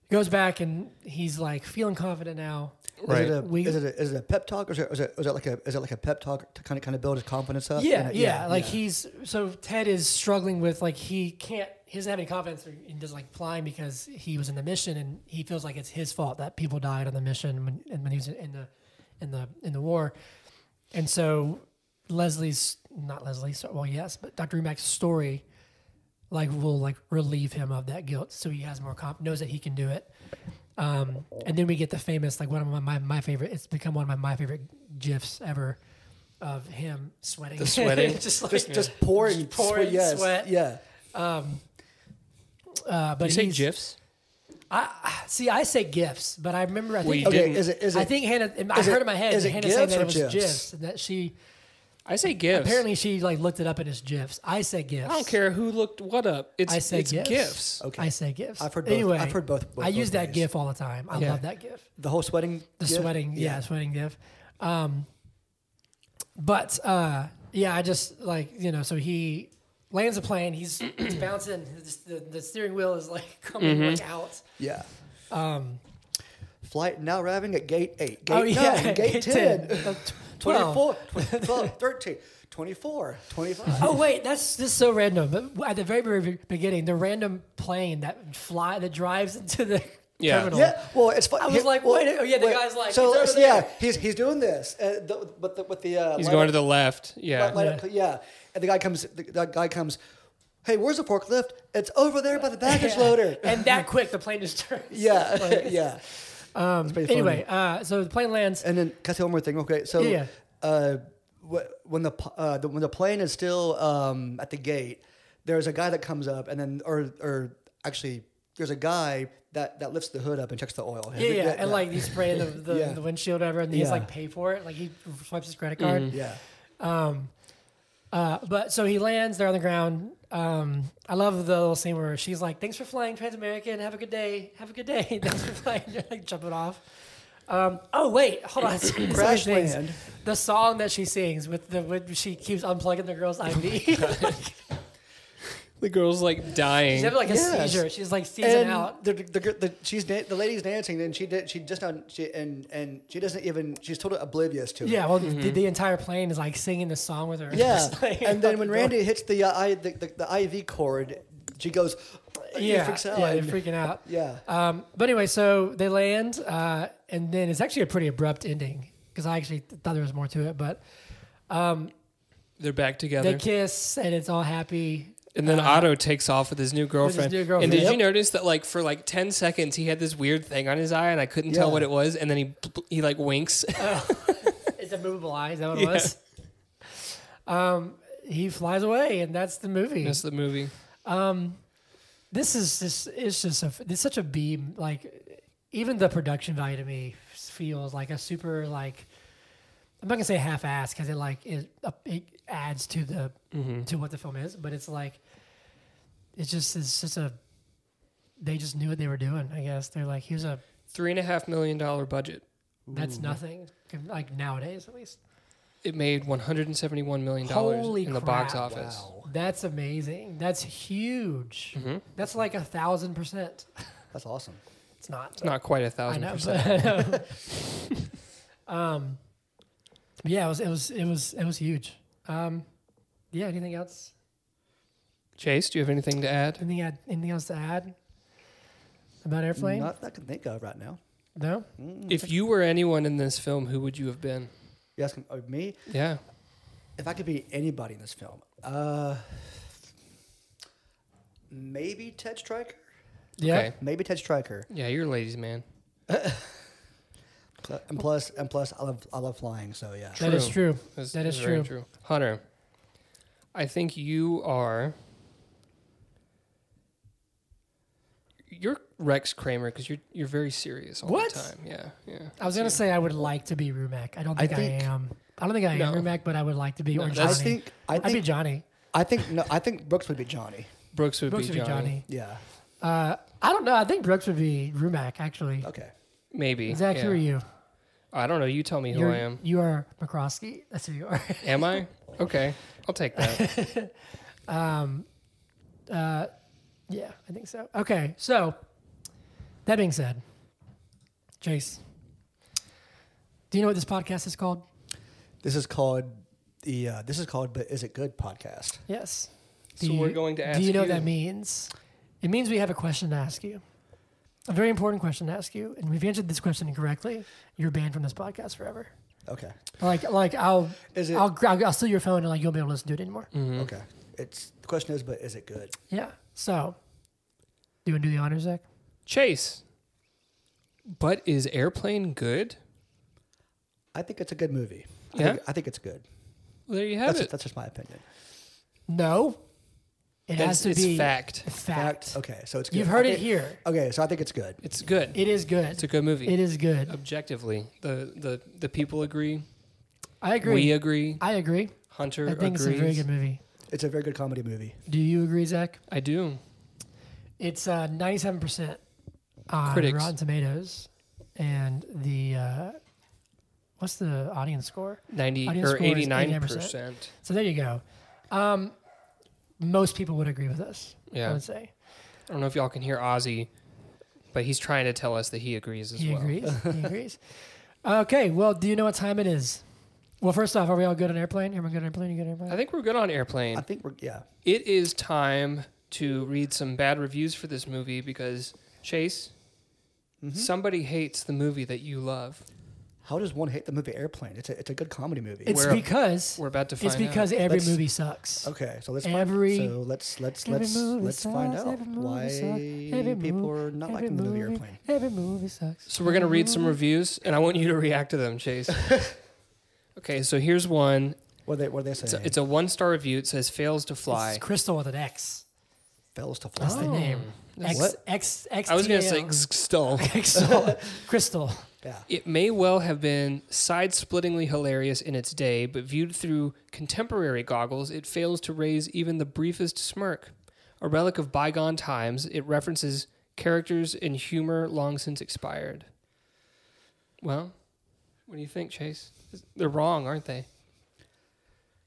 Speaker 1: goes back and he's like feeling confident now.
Speaker 2: Is
Speaker 3: Right.
Speaker 2: it a
Speaker 1: We-
Speaker 2: is it a, is it a pep talk or is it, is it, is it like a is it like a pep talk to kind of kind of build his confidence up?
Speaker 1: Yeah, yeah,
Speaker 2: And,
Speaker 1: Like he's so Ted is struggling with like he can't he doesn't have any confidence or he doesn't like flying because he was in the mission and he feels like it's his fault that people died on the mission when and when he was in the in the in the war, and so Leslie's not Leslie. So, well, yes, but Dr. Umack's story like will like relieve him of that guilt so he has more comp knows that he can do it um and then we get the famous like one of my my, my favorite it's become one of my, my favorite gifs ever of him sweating
Speaker 3: The sweating.
Speaker 1: just like
Speaker 2: just just pouring
Speaker 1: Just pouring
Speaker 2: sweat, yes,
Speaker 1: sweat.
Speaker 2: yeah.
Speaker 1: uh but
Speaker 3: You say
Speaker 1: he's-
Speaker 3: gifs?
Speaker 1: see i say gifs but i remember i
Speaker 3: Well,
Speaker 1: think
Speaker 3: you
Speaker 2: Okay,
Speaker 3: didn't-
Speaker 2: is it is it
Speaker 1: i think hannah i
Speaker 2: is
Speaker 1: heard
Speaker 2: it-
Speaker 1: in my head
Speaker 2: is it
Speaker 1: hannah saying
Speaker 2: gifs
Speaker 1: that
Speaker 2: or
Speaker 1: it was gifs?
Speaker 2: gifs?
Speaker 1: and that she
Speaker 3: I say gifs.
Speaker 1: apparently she like looked it up in his gifs i say gifs
Speaker 3: I don't care who looked what up. It's,
Speaker 1: I say
Speaker 3: it's
Speaker 1: gifs. Oh,
Speaker 3: gifs.
Speaker 2: Okay.
Speaker 1: I say gifs.
Speaker 2: I've heard both-
Speaker 1: Anyway,
Speaker 2: I've heard both- both-
Speaker 1: I use
Speaker 2: both
Speaker 1: that
Speaker 2: ways.
Speaker 1: gif all the time. I
Speaker 3: Yeah.
Speaker 1: love that gif.
Speaker 2: the whole sweating
Speaker 1: the
Speaker 2: yeah?
Speaker 1: sweating yeah, sweating gif um but uh yeah i just like you know so he lands a plane he's it's bouncing His- the, the steering wheel is like coming like out
Speaker 2: yeah.
Speaker 1: um
Speaker 2: Flight now arriving at gate 8, gate
Speaker 1: Oh,
Speaker 2: 9,
Speaker 1: yeah,
Speaker 2: gate,
Speaker 1: gate
Speaker 2: 10,
Speaker 1: 10, uh,
Speaker 2: 24, 12, 13, 24, 25.
Speaker 1: oh wait that's this is so random but at the very very beginning the random plane that fly that drives into the
Speaker 3: Yeah.
Speaker 1: terminal
Speaker 2: Yeah, well, it's funny.
Speaker 1: Oh. I was like,
Speaker 2: well,
Speaker 1: wait, oh, yeah, the guy's like,
Speaker 2: so
Speaker 1: it's over
Speaker 2: yeah,
Speaker 1: there.
Speaker 2: he's he's doing this, uh, the, but the, with the uh,
Speaker 3: He's
Speaker 2: light
Speaker 3: going to
Speaker 2: up-
Speaker 3: the left. Yeah.
Speaker 2: light, light up- yeah, and the guy comes, the, the guy comes, hey, where's the forklift? It's over there by the baggage
Speaker 1: Yeah.
Speaker 2: loader.
Speaker 1: and that quick the plane just turns
Speaker 2: Yeah, yeah. Um,
Speaker 1: anyway uh so the plane lands
Speaker 2: And then can I say one more thing? Okay, so
Speaker 1: Yeah,
Speaker 2: uh, wh- when the, p- uh, the when the plane is still um, at the gate, there's a guy that comes up, and then or or actually, there's a guy that that lifts the hood up and checks the oil.
Speaker 1: Yeah, yeah, and like he's spraying the, the,
Speaker 2: Yeah.
Speaker 1: the windshield or whatever, and he's
Speaker 2: Yeah. Mm-hmm.
Speaker 1: like pay for it. Like he swipes his credit card.
Speaker 2: yeah,
Speaker 1: Um, uh, but so he lands. They're on the ground. Um, I love the little scene where she's like, "Thanks for flying Transamerican. Have a good day. Have a good day. Thanks for flying." You're like jumping off. Um, oh wait, hold on. So many
Speaker 2: Crash
Speaker 1: things.
Speaker 2: land.
Speaker 1: The song that she sings with the with, she keeps unplugging the girl's IV.
Speaker 3: The girl's like
Speaker 1: she's
Speaker 3: dying.
Speaker 1: having like a
Speaker 2: Yes.
Speaker 1: seizure. She's like seizing
Speaker 2: And
Speaker 1: out.
Speaker 2: the, the, the, the she's dan- the lady's dancing, and she did she just not she and and she doesn't even she's totally oblivious to it.
Speaker 1: Yeah, well, the, the entire plane is like singing the song with her.
Speaker 2: Mm-hmm. yeah.
Speaker 1: Just, like,
Speaker 2: and then when
Speaker 1: fucking-
Speaker 2: Randy hits the, uh, I, the, the the IV cord, she goes,
Speaker 1: yeah,
Speaker 2: freaks out.
Speaker 1: yeah,
Speaker 2: and-
Speaker 1: they're freaking out.
Speaker 2: yeah.
Speaker 1: Um, but anyway, so they land, uh, and then it's actually a pretty abrupt ending because I actually th- thought there was more to it. But
Speaker 3: They're back together.
Speaker 1: they kiss, and it's all happy.
Speaker 3: And then Otto takes off with his new girlfriend.
Speaker 1: Ah. new girlfriend.
Speaker 3: And did you
Speaker 1: Yep.
Speaker 3: notice that, like, for like ten seconds, he had this weird thing on his eye, and I couldn't tell
Speaker 2: Yeah.
Speaker 3: what it was. And then he he like winks.
Speaker 1: It's a movable eye. Is that what it
Speaker 3: Yeah.
Speaker 1: was? Um, he flies away, and that's the movie.
Speaker 3: That's the movie.
Speaker 1: This is just it's just a, it's such a beam. Like even the production value to me feels like a super like. I'm not gonna say half-ass because it like it uh, it adds to the to what the film is, but it's like it's just it's just a they just knew what they were doing. I guess they're like here's a
Speaker 3: Three and a half million dollar budget.
Speaker 1: that's nothing like nowadays at least.
Speaker 3: It made one hundred and seventy one million dollars
Speaker 1: Holy
Speaker 3: in the box
Speaker 1: crap.
Speaker 3: office.
Speaker 2: Oh.
Speaker 1: That's amazing. That's huge. That's like a thousand percent.
Speaker 2: That's awesome.
Speaker 1: It's not.
Speaker 3: It's not quite a
Speaker 1: I
Speaker 3: thousand
Speaker 1: know.
Speaker 3: percent.
Speaker 1: But, um, yeah, it was it was it was it was huge. Um, yeah. Anything else?
Speaker 3: Chase, do you have anything to add?
Speaker 1: Anything add, anything else to add? about Airplane?
Speaker 2: Not that I can think of right now.
Speaker 1: no.
Speaker 3: If you were anyone in this film, who would you have been?
Speaker 2: You asking uh, me
Speaker 3: Yeah.
Speaker 2: if I could be anybody in this film? Uh, maybe Ted Stryker.
Speaker 1: Yeah.
Speaker 3: Okay.
Speaker 2: Maybe Ted Stryker.
Speaker 3: Yeah, you're a ladies' man.
Speaker 2: Pl- And plus, and plus, I love I love flying. So yeah.
Speaker 1: That is true.
Speaker 3: That's-
Speaker 1: That
Speaker 3: that's
Speaker 1: is
Speaker 3: very
Speaker 1: true.
Speaker 3: Hunter, I think you are. You're Rex Kramer because you're you're very serious all
Speaker 1: What?
Speaker 3: the time. Yeah, yeah.
Speaker 1: I was gonna say I would like to be Rumac. I don't think I,
Speaker 2: think-
Speaker 1: am. I don't think I am
Speaker 3: No.
Speaker 1: Rumac, but I would like to be or Johnny.
Speaker 2: I think I
Speaker 1: I'd be
Speaker 2: think
Speaker 1: Johnny.
Speaker 2: I think no I think Brooks would be Johnny.
Speaker 3: Brooks would
Speaker 1: Brooks
Speaker 3: be
Speaker 1: would be Johnny.
Speaker 3: Johnny.
Speaker 2: Yeah.
Speaker 1: Uh, I don't know. I think Brooks would be Rumac actually.
Speaker 2: Okay.
Speaker 3: Maybe.
Speaker 1: Zach, who
Speaker 3: yeah.
Speaker 1: are you?
Speaker 3: I don't know. You tell me who
Speaker 1: You're,
Speaker 3: I am.
Speaker 1: You are McCroskey. That's who you are.
Speaker 3: Am I? Okay, I'll take that.
Speaker 1: yeah, I think so. Okay, so that being said, Chase, do you know what this podcast is called?
Speaker 2: This is called the uh, this is called but is it good podcast?
Speaker 1: Yes.
Speaker 3: So we're going to ask
Speaker 1: Do you know what
Speaker 3: you.
Speaker 1: that means? It means we have a question to ask you. A very important question to ask you. And if you answered this question incorrectly, you're banned from this podcast forever.
Speaker 2: Okay.
Speaker 1: Like, like I'll,
Speaker 2: Is it-
Speaker 1: I'll, gra- I'll, steal your phone and like you won't be able to listen to it anymore.
Speaker 3: Mm.
Speaker 2: Okay. It's the question is but is it good?
Speaker 1: Yeah. So, do you want to do the honors, Zach?
Speaker 3: Chase. But is airplane good?
Speaker 2: I think it's a good movie. I
Speaker 3: Yeah?
Speaker 2: think, I think it's good.
Speaker 3: There you have
Speaker 2: That's,
Speaker 3: it.
Speaker 2: that's just my opinion.
Speaker 1: No. It has to
Speaker 3: it's
Speaker 1: be
Speaker 3: fact.
Speaker 1: fact.
Speaker 2: Okay, so it's good.
Speaker 1: You've heard
Speaker 2: I
Speaker 1: it
Speaker 2: think-
Speaker 1: here.
Speaker 2: Okay, so I think it's good.
Speaker 3: It's good.
Speaker 1: It is good.
Speaker 3: it's a good movie.
Speaker 1: It is good.
Speaker 3: Objectively, the the the people agree.
Speaker 1: I agree.
Speaker 3: We agree.
Speaker 1: I agree.
Speaker 3: Hunter
Speaker 1: I think
Speaker 3: agrees.
Speaker 1: it's a very good movie.
Speaker 2: It's a very good comedy movie.
Speaker 1: Do you agree, Zach?
Speaker 3: I do.
Speaker 1: It's uh, 97% on
Speaker 3: Critics.
Speaker 1: Rotten Tomatoes. And the, uh, what's the audience score?
Speaker 3: 90
Speaker 1: Audience
Speaker 3: or
Speaker 1: score is
Speaker 3: 89
Speaker 1: 89%.
Speaker 3: percent.
Speaker 1: So there you go. Um, most people would agree with us, I
Speaker 3: Yeah.
Speaker 1: would say.
Speaker 3: I don't know if y'all can hear Ozzy, but he's trying to tell us that he agrees as
Speaker 1: He
Speaker 3: well.
Speaker 1: agrees. he agrees. Okay, well, do you know what time it is? Well, first off, are we all good on airplane? Everyone good on airplane? You good on airplane?
Speaker 3: I think we're good on airplane.
Speaker 2: I think we're yeah.
Speaker 3: it is time to read some bad reviews for this movie because Chase,
Speaker 1: Mm-hmm.
Speaker 3: somebody hates the movie that you love.
Speaker 2: How does one hate the movie Airplane? It's a it's a good comedy movie.
Speaker 1: it's
Speaker 3: we're up-
Speaker 1: because
Speaker 3: We're about to find
Speaker 1: it's because
Speaker 3: out.
Speaker 1: every
Speaker 2: Let's-
Speaker 1: movie sucks.
Speaker 2: okay, so let's
Speaker 1: every-
Speaker 2: find, so let's let's
Speaker 1: every
Speaker 2: let's
Speaker 1: movie
Speaker 2: let's find
Speaker 1: sucks,
Speaker 2: out
Speaker 1: every movie
Speaker 2: why
Speaker 1: sucks, every
Speaker 2: people
Speaker 1: movie-
Speaker 2: are not
Speaker 1: every
Speaker 2: liking the movie
Speaker 1: movie.
Speaker 2: Airplane.
Speaker 1: Every movie sucks.
Speaker 3: So we're gonna read
Speaker 1: Mm-hmm.
Speaker 3: some reviews, and I want you to react to them, Chase. okay, so here's one.
Speaker 2: What are they what are they
Speaker 3: It's
Speaker 2: saying?
Speaker 3: a, it's a one star review. It says fails to fly.
Speaker 1: It's Crystal with an X.
Speaker 2: Fails to
Speaker 1: That's the
Speaker 2: fly.
Speaker 1: name. X,
Speaker 2: What?
Speaker 1: X, X,
Speaker 3: I was gonna say
Speaker 1: TL.
Speaker 3: still.
Speaker 1: Crystal. Crystal.
Speaker 2: Yeah.
Speaker 3: It may well have been side splittingly hilarious in its day, but viewed through contemporary goggles, it fails to raise even the briefest smirk. A relic of bygone times, it references characters and humor long since expired. Well, what do you think, Chase? They're wrong, aren't they?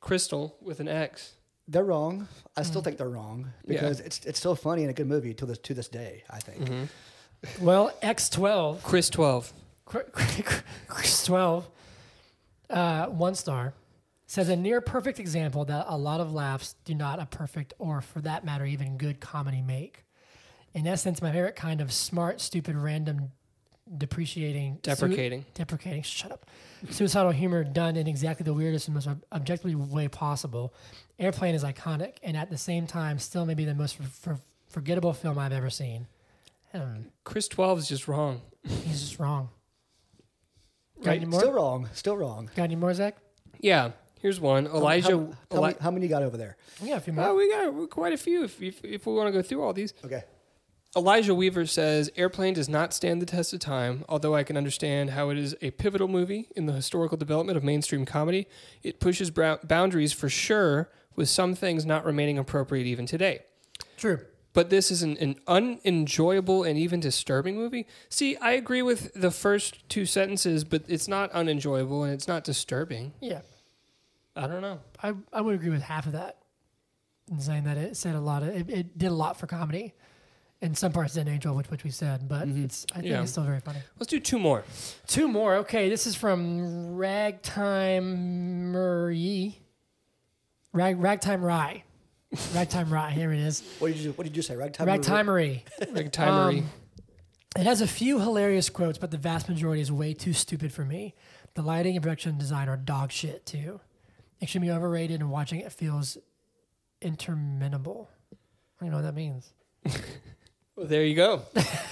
Speaker 3: Crystal with an X.
Speaker 2: They're wrong. I still think they're wrong
Speaker 3: Yeah. Mm-hmm.
Speaker 2: because it's it's still funny and a good movie to this to this day, I think.
Speaker 1: Well, X12.
Speaker 3: Chris 12.
Speaker 1: Cr- cr- cr- Chris12, uh, one star, says a near perfect example that a lot of laughs do not a perfect or, for that matter, even good comedy make.
Speaker 3: Mm.
Speaker 1: In essence, my favorite kind of smart, stupid, random, depreciating,
Speaker 3: Deprecating.
Speaker 1: deprecating, shut up, suicidal humor done in exactly the weirdest and most ob- objectively way possible. Airplane is iconic and at the same time, still maybe the most for- for- forgettable film I've ever seen. Hmm,
Speaker 3: Chris 12 is just wrong.
Speaker 1: he's just wrong. Got
Speaker 3: Right,
Speaker 1: any more?
Speaker 2: Still wrong. Still wrong.
Speaker 1: Got any more, Zach?
Speaker 3: Yeah, here's one. Elijah.
Speaker 2: How, how,
Speaker 3: Eli-
Speaker 2: many, how many you got over there?
Speaker 1: Yeah, a few
Speaker 3: Oh,
Speaker 1: more.
Speaker 3: we got quite a few if, if, if we want to go through all these.
Speaker 2: Okay.
Speaker 3: Elijah Weaver says Airplane does not stand the test of time, although I can understand how it is a pivotal movie in the historical development of mainstream comedy. It pushes brou- boundaries for sure, with some things not remaining appropriate even today.
Speaker 1: True.
Speaker 3: But this is an, an unenjoyable and even disturbing movie. See, I agree with the first two sentences, but it's not unenjoyable and it's not disturbing.
Speaker 1: Yeah,
Speaker 3: I don't know.
Speaker 1: I, I would agree with half of that. In saying that it said a lot of it, it did a lot for comedy, and some parts didn't angel, which which we said, but it's I think
Speaker 3: Mm-hmm. Yeah.
Speaker 1: it's still very funny.
Speaker 3: Let's do two more.
Speaker 1: Two more. Okay, this is from Ragtime Marie. Rag Ragtime Rye. Ragtime Rye. Here it is.
Speaker 2: What did you what did you say? Ragtime.
Speaker 1: Ragtime Marie.
Speaker 3: Like Timery.
Speaker 1: Um, It has a few hilarious quotes, but the vast majority is way too stupid for me. The lighting and production design are dog shit too. It should be overrated, and watching it feels interminable. I don't know what that means.
Speaker 3: Well, there you go.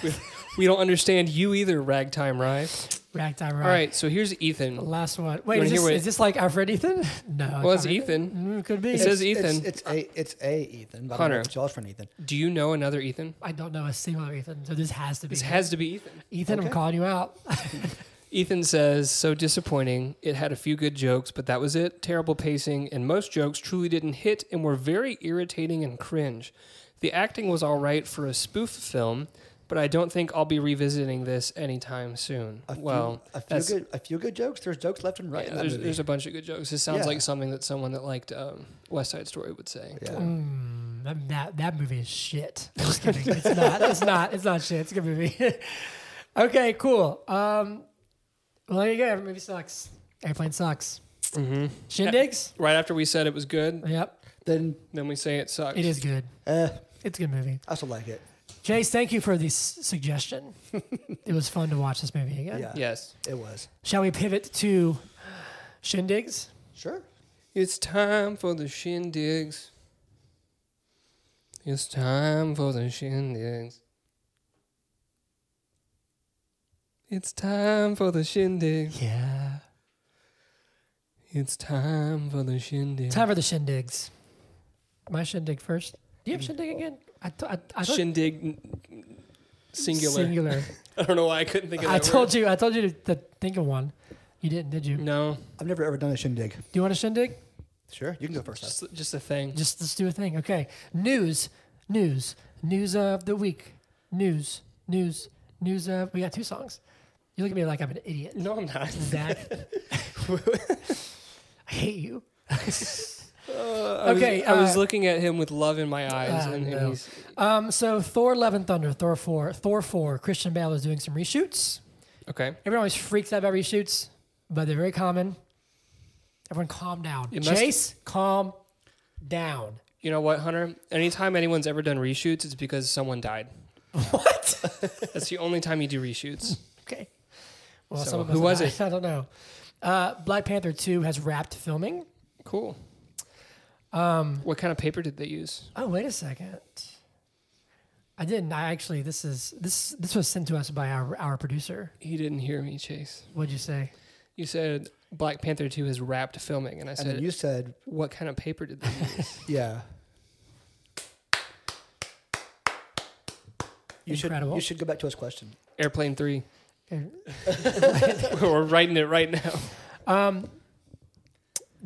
Speaker 3: we, we don't understand you either, Ragtime Rye.
Speaker 1: Ragtime
Speaker 3: All right, so here's Ethan.
Speaker 1: Last one. Wait,
Speaker 3: wanna
Speaker 1: is
Speaker 3: hear
Speaker 1: this,
Speaker 3: what-
Speaker 1: is this like our friend Ethan? No.
Speaker 3: Well, it's
Speaker 1: not really.
Speaker 3: Ethan.
Speaker 1: Mm, could be.
Speaker 3: It says
Speaker 2: It's,
Speaker 3: Ethan.
Speaker 2: it's a it's a Ethan. But I don't
Speaker 3: Hunter.
Speaker 2: know if it's y'all's friend Ethan.
Speaker 3: Do you know another Ethan?
Speaker 1: I don't know a single other Ethan, so this has to be
Speaker 3: This
Speaker 1: him.
Speaker 3: has to be Ethan.
Speaker 1: Ethan. I'm
Speaker 2: Okay.
Speaker 1: calling you out.
Speaker 3: Ethan says, so disappointing. It had a few good jokes, but that was it. Terrible pacing, and most jokes truly didn't hit and were very irritating and cringe. The acting was all right for a spoof film, but I don't think I'll be revisiting this anytime soon.
Speaker 2: A few,
Speaker 3: well,
Speaker 2: a few
Speaker 3: that's-
Speaker 2: good a few good jokes. There's jokes left and right.
Speaker 3: yeah,
Speaker 2: in that
Speaker 3: there's,
Speaker 2: movie.
Speaker 3: there's a bunch of good jokes. This sounds
Speaker 2: Yeah.
Speaker 3: like something that someone that liked um, West Side Story would say.
Speaker 2: Yeah.
Speaker 1: Mm, that- that that movie is shit. I'm just kidding. It's not. It's not. It's not shit. It's a good movie. okay, cool. Um, well, there you go. Every movie sucks. Airplane sucks.
Speaker 3: Mm-hmm.
Speaker 1: Shindigs.
Speaker 3: Right after we said it was good,
Speaker 1: Yep,
Speaker 2: Then
Speaker 3: then we say it sucks.
Speaker 1: it is good.
Speaker 2: uh,
Speaker 1: It's a good movie.
Speaker 2: I still like it.
Speaker 1: Jace, thank you for this suggestion. it was fun to watch this movie again.
Speaker 2: Yeah,
Speaker 3: Yes.
Speaker 2: it was.
Speaker 1: Shall we pivot to Shindigs?
Speaker 2: Sure.
Speaker 3: It's time for the shindigs. It's time for the shindigs. It's time for the shindigs.
Speaker 1: Yeah.
Speaker 3: It's time for the shindigs.
Speaker 1: Time for the Shindigs. My Shindig first. Do you have Shindig again? I th- I, I thought-
Speaker 3: Shindig n- singular.
Speaker 1: Singular.
Speaker 3: I don't know why I couldn't think of that
Speaker 1: I told
Speaker 3: word.
Speaker 1: you. I told you to, to think of one. You didn't, did you? Do
Speaker 3: No,
Speaker 2: I've never ever done a shindig.
Speaker 1: you want a shindig?
Speaker 2: Sure, you can go first.
Speaker 3: just, just a thing.
Speaker 1: Just let's do a thing. Okay. News, news, news of the week. News, news, news of. We got two songs. You look at me like I'm an idiot,
Speaker 3: No, I'm not.
Speaker 1: Zach. I hate you.
Speaker 3: Uh, I was-
Speaker 1: Okay,
Speaker 3: I was
Speaker 1: uh,
Speaker 3: looking at him with love in my eyes,
Speaker 1: Ah,
Speaker 3: and, and
Speaker 1: no.
Speaker 3: he's
Speaker 1: Um. So Thor: Love and Thunder, Thor four, Thor four. Christian Bale is doing some reshoots.
Speaker 3: okay.
Speaker 1: Everyone always freaks out about reshoots, but they're very common. Everyone, calm down.
Speaker 3: It must-
Speaker 1: Chase, calm down.
Speaker 3: You know what, Hunter? Anytime anyone's ever done reshoots, it's because someone died.
Speaker 1: What?
Speaker 3: That's the only time you do reshoots.
Speaker 1: Okay. Well,
Speaker 3: So,
Speaker 1: some of
Speaker 3: who
Speaker 1: us-
Speaker 3: was
Speaker 1: I,
Speaker 3: it?
Speaker 1: I don't know. Uh, Black Panther 2 has wrapped filming.
Speaker 3: Cool. Um, what kind of paper did they use?
Speaker 1: Oh, wait a second. I didn't. I actually, this is this this was sent to us by our, our producer.
Speaker 3: He didn't hear me, Chase.
Speaker 1: What'd you say?
Speaker 3: You said Black Panther 2 has wrapped filming, and I
Speaker 2: And
Speaker 3: said,
Speaker 2: then you said,
Speaker 3: what kind of paper did they use?
Speaker 2: yeah. You
Speaker 1: Incredible.
Speaker 2: should you should go back to his question.
Speaker 3: Airplane 3.
Speaker 1: Okay.
Speaker 3: We're writing it right now.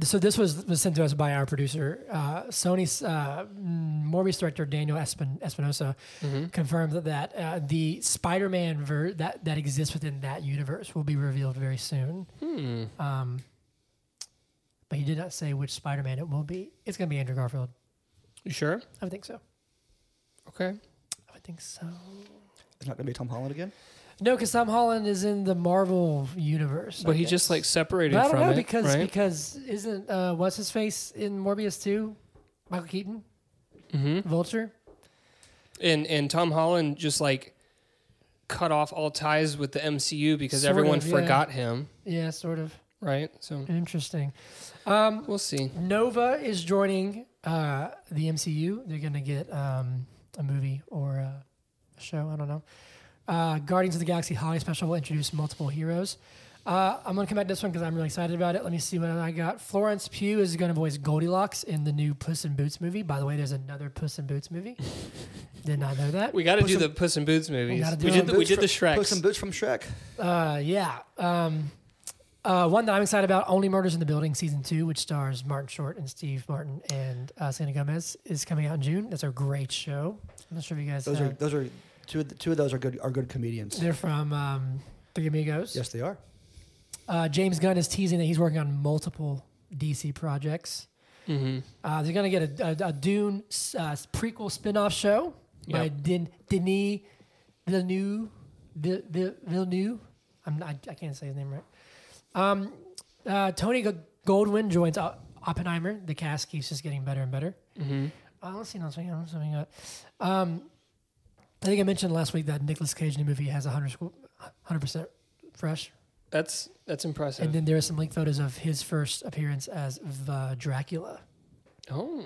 Speaker 1: So this was, was sent to us by our producer. Uh, Sony's uh, Morbius director Daniel Espin- Espinosa confirmed that, that uh, the Spider-Man ver- that that exists within that universe will be revealed very soon.
Speaker 3: Hmm.
Speaker 1: Um, but he did not say which Spider-Man it will be. It's going to be Andrew Garfield.
Speaker 3: You sure?
Speaker 1: I would think so.
Speaker 3: Okay.
Speaker 1: I would think so.
Speaker 2: It's not going to be Tom Holland again.
Speaker 1: No, because Tom Holland is in the Marvel universe.
Speaker 3: But
Speaker 1: I
Speaker 3: he
Speaker 1: guess.
Speaker 3: just like separated
Speaker 1: But I don't
Speaker 3: from
Speaker 1: know
Speaker 3: it,
Speaker 1: because
Speaker 3: right?
Speaker 1: because isn't uh, what's his face in Morbius too? Michael Keaton,
Speaker 3: Mhm.
Speaker 1: Vulture.
Speaker 3: and and Tom Holland just like cut off all ties with the MCU because
Speaker 1: Sort
Speaker 3: everyone
Speaker 1: of, yeah.
Speaker 3: forgot him,
Speaker 1: Yeah, sort of
Speaker 3: right? So
Speaker 1: interesting. Um,
Speaker 3: we'll see.
Speaker 1: Nova is joining uh, the MCU. They're going to get um, a movie or uh, a show. I don't know. Uh, Guardians of the Galaxy Holiday Special will introduce multiple heroes. Uh, I'm going to come back to this one because I'm really excited about it. Let me see what I got. Florence Pugh is going to voice Goldilocks in the new Puss in Boots movie. By the way, there's another Puss in Boots movie. Did not know that.
Speaker 3: We got to
Speaker 2: Puss
Speaker 3: do
Speaker 2: in-
Speaker 3: the Puss in Boots movies.
Speaker 1: gotta do
Speaker 3: We
Speaker 1: it.
Speaker 3: did the, we
Speaker 2: Boots
Speaker 3: did the
Speaker 2: from- Puss in
Speaker 3: Shreks.
Speaker 2: Boots from Shrek.
Speaker 1: Uh, yeah. Um, uh, one that I'm excited about, Only Murders in the Building, season two, which stars Martin Short and Steve Martin and uh, Selena Gomez, is coming out in June. That's a great show. I'm not sure if you guys.
Speaker 2: Those
Speaker 1: uh,
Speaker 2: are those are two of the, two of those are good are good comedians.
Speaker 1: they're from um, Three Amigos.
Speaker 2: Yes, they are.
Speaker 1: Uh, James Gunn is teasing that he's working on multiple DC projects.
Speaker 3: Mm-hmm.
Speaker 1: Uh, they're gonna get a, a, a Dune uh, prequel spin-off show by
Speaker 3: Yep.
Speaker 1: Den, Denis Villeneuve. Vil- Vil- Villeneuve. I'm not, I can't say his name right. Um, uh, Tony Go- Goldwyn joins O- Oppenheimer. The cast keeps just getting better and better.
Speaker 3: Mm-hmm.
Speaker 1: Uh, let's see, no, something, else, something else. Um, I think I mentioned last week that Nicolas Cage new movie has 100 percent fresh,
Speaker 3: That's that's impressive.
Speaker 1: and then there are some leaked photos of his first appearance as the Dracula.
Speaker 3: oh,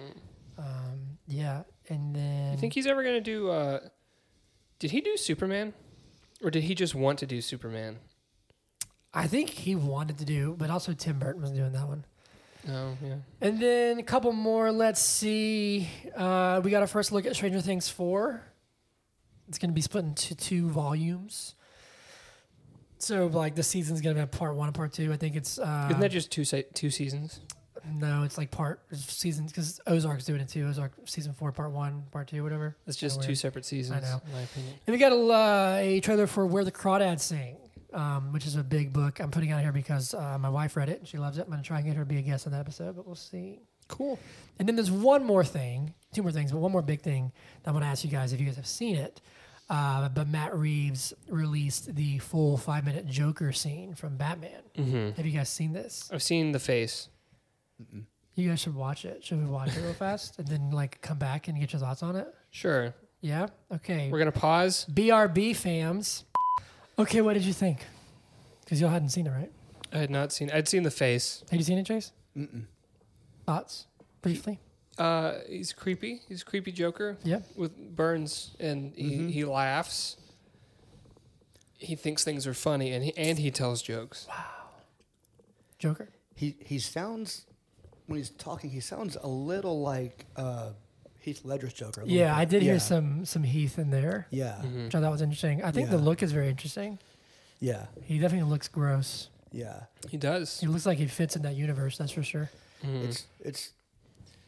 Speaker 1: Um, yeah, and then
Speaker 3: you think he's ever gonna do? Uh, did he do Superman, or did he just want to do Superman?
Speaker 1: I think he wanted to do, but also Tim Burton was doing that one.
Speaker 3: Oh yeah.
Speaker 1: And then a couple more. Let's see. Uh, we got our first look at Stranger Things 4. It's going to be split into two volumes. So, like, the season's going to have part one and part two. I think it's. Uh,
Speaker 3: Isn't that just two se- two seasons?
Speaker 1: no, it's like part seasons because Ozark's doing it too. Ozark season four, part one, part two, whatever.
Speaker 3: That's
Speaker 1: Kinda
Speaker 3: just two
Speaker 1: weird.
Speaker 3: separate seasons.
Speaker 1: Oh, I know.
Speaker 3: In my opinion.
Speaker 1: And we got a, uh, a trailer for Where the Crawdads Sing, um, which is a big book I'm putting out here because uh, my wife read it and she loves it. I'm going to try and get her to be a guest on that episode, but we'll see.
Speaker 3: Cool.
Speaker 1: And then there's one more thing, two more things, but one more big thing that I want to ask you guys if you guys have seen it. Uh, but Matt Reeves released the full five minute Joker scene from Batman. Have you guys seen this?
Speaker 3: Mm-hmm. I've seen the face.
Speaker 1: You guys should watch it. Should we watch it real fast and then like come back and get your thoughts on it?
Speaker 3: Sure.
Speaker 1: Yeah. Okay.
Speaker 3: We're gonna pause.
Speaker 1: BRB fams. Okay, what did you think? Because y'all hadn't seen it, right?
Speaker 3: I had not seen. I'd seen the face.
Speaker 1: Have you seen it, Chase? Mm-mm. Thoughts, briefly.
Speaker 3: Uh, he's creepy. He's a creepy Joker.
Speaker 1: Yeah.
Speaker 3: With burns, and he,
Speaker 1: Mm-hmm.
Speaker 3: he laughs. He thinks things are funny, and he and he tells jokes.
Speaker 1: Joker.
Speaker 2: He he sounds when he's talking, he sounds a little like uh, Heath Ledger's Joker. a little
Speaker 1: Yeah,
Speaker 2: bit.
Speaker 1: I did
Speaker 2: Yeah.
Speaker 1: hear some Mm-hmm. some Heath in there.
Speaker 2: Yeah,
Speaker 1: which I thought was interesting. I think the
Speaker 2: Yeah.
Speaker 1: look is very interesting.
Speaker 2: yeah,
Speaker 1: He definitely looks gross.
Speaker 2: yeah.
Speaker 3: He does.
Speaker 1: He looks like he fits in that universe, that's for sure.
Speaker 2: It's it's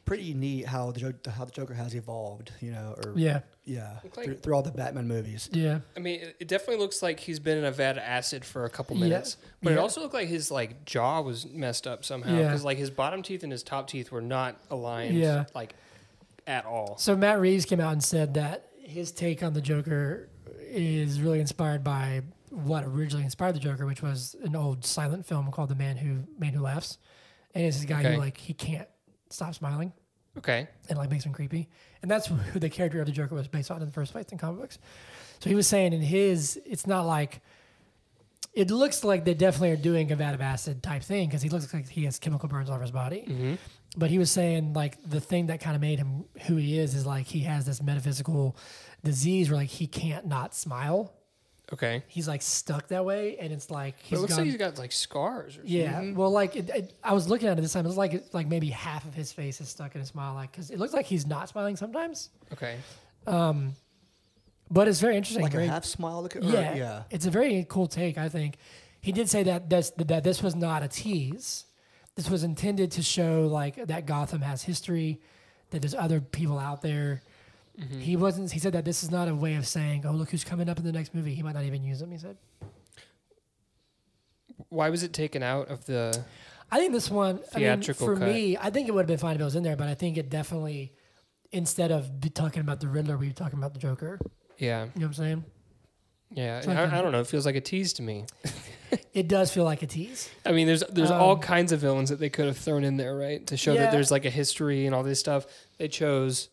Speaker 2: pretty neat how the Jo- how the Joker has evolved. You know, or
Speaker 1: Yeah,
Speaker 2: yeah,
Speaker 3: Look like-
Speaker 2: through, through all the Batman movies.
Speaker 1: yeah,
Speaker 3: I mean, it- it definitely looks like he's been in a vat of acid for a couple
Speaker 1: Yeah.
Speaker 3: minutes. But it
Speaker 1: Yeah.
Speaker 3: also looked like his like jaw was messed up somehow
Speaker 1: Yeah.
Speaker 3: because like his bottom teeth and his top teeth were not aligned.
Speaker 1: Yeah.
Speaker 3: Like at all.
Speaker 1: So Matt Reeves came out and said that his take on the Joker is really inspired by what originally inspired the Joker, which was an old silent film called The Man Who Man Who Laughs, and it's this guy
Speaker 3: Okay.
Speaker 1: who like he can't stop smiling.
Speaker 3: Okay.
Speaker 1: and like makes him creepy. And that's who the character of the Joker was based on in the first place in comic books. So he was saying in his, it's not like it looks like they definitely are doing a vat of acid type thing because he looks like he has chemical burns all over his body.
Speaker 3: Mm-hmm.
Speaker 1: But he was saying like the thing that kind of made him who he is is like he has this metaphysical disease where like he can't not smile.
Speaker 3: Okay.
Speaker 1: He's like stuck that way, and it's like
Speaker 3: But
Speaker 1: he's
Speaker 3: it looks
Speaker 1: gone,
Speaker 3: like he's got Mm-hmm. like scars. Or
Speaker 1: yeah, well, like it, it, I was looking at it this time. It's like it's like maybe half of his face is stuck in a smile, like because it looks like he's not smiling sometimes.
Speaker 3: something. Okay.
Speaker 1: But it's very interesting.
Speaker 2: Like
Speaker 1: very-
Speaker 2: a half smile look. Or,
Speaker 1: yeah,
Speaker 2: yeah,
Speaker 1: It's a very cool take, I think. He did say that this, that this was not a tease. This was intended to show like that Gotham has history, that there's other people out there.
Speaker 3: Mm-hmm.
Speaker 1: He wasn't. He said that this is not a way of saying, "Oh, look who's coming up in the next movie." He might not even use him. He said.
Speaker 3: Why was it taken out of the?
Speaker 1: I think this one,
Speaker 3: Theatrical
Speaker 1: I mean, for
Speaker 3: cut.
Speaker 1: me, I think it would have been fine if it was in there, but I think it definitely, instead of be talking about the Riddler, we were talking about the Joker.
Speaker 3: Yeah.
Speaker 1: You know what I'm saying?
Speaker 3: Yeah.
Speaker 1: like
Speaker 3: I, I
Speaker 1: a-
Speaker 3: don't know. It feels like a tease to me.
Speaker 1: It does feel like a tease.
Speaker 3: I mean, there's there's all
Speaker 1: Um,
Speaker 3: kinds of villains that they could have thrown in there, right? To show
Speaker 1: Yeah.
Speaker 3: that there's like a history and all this stuff. They chose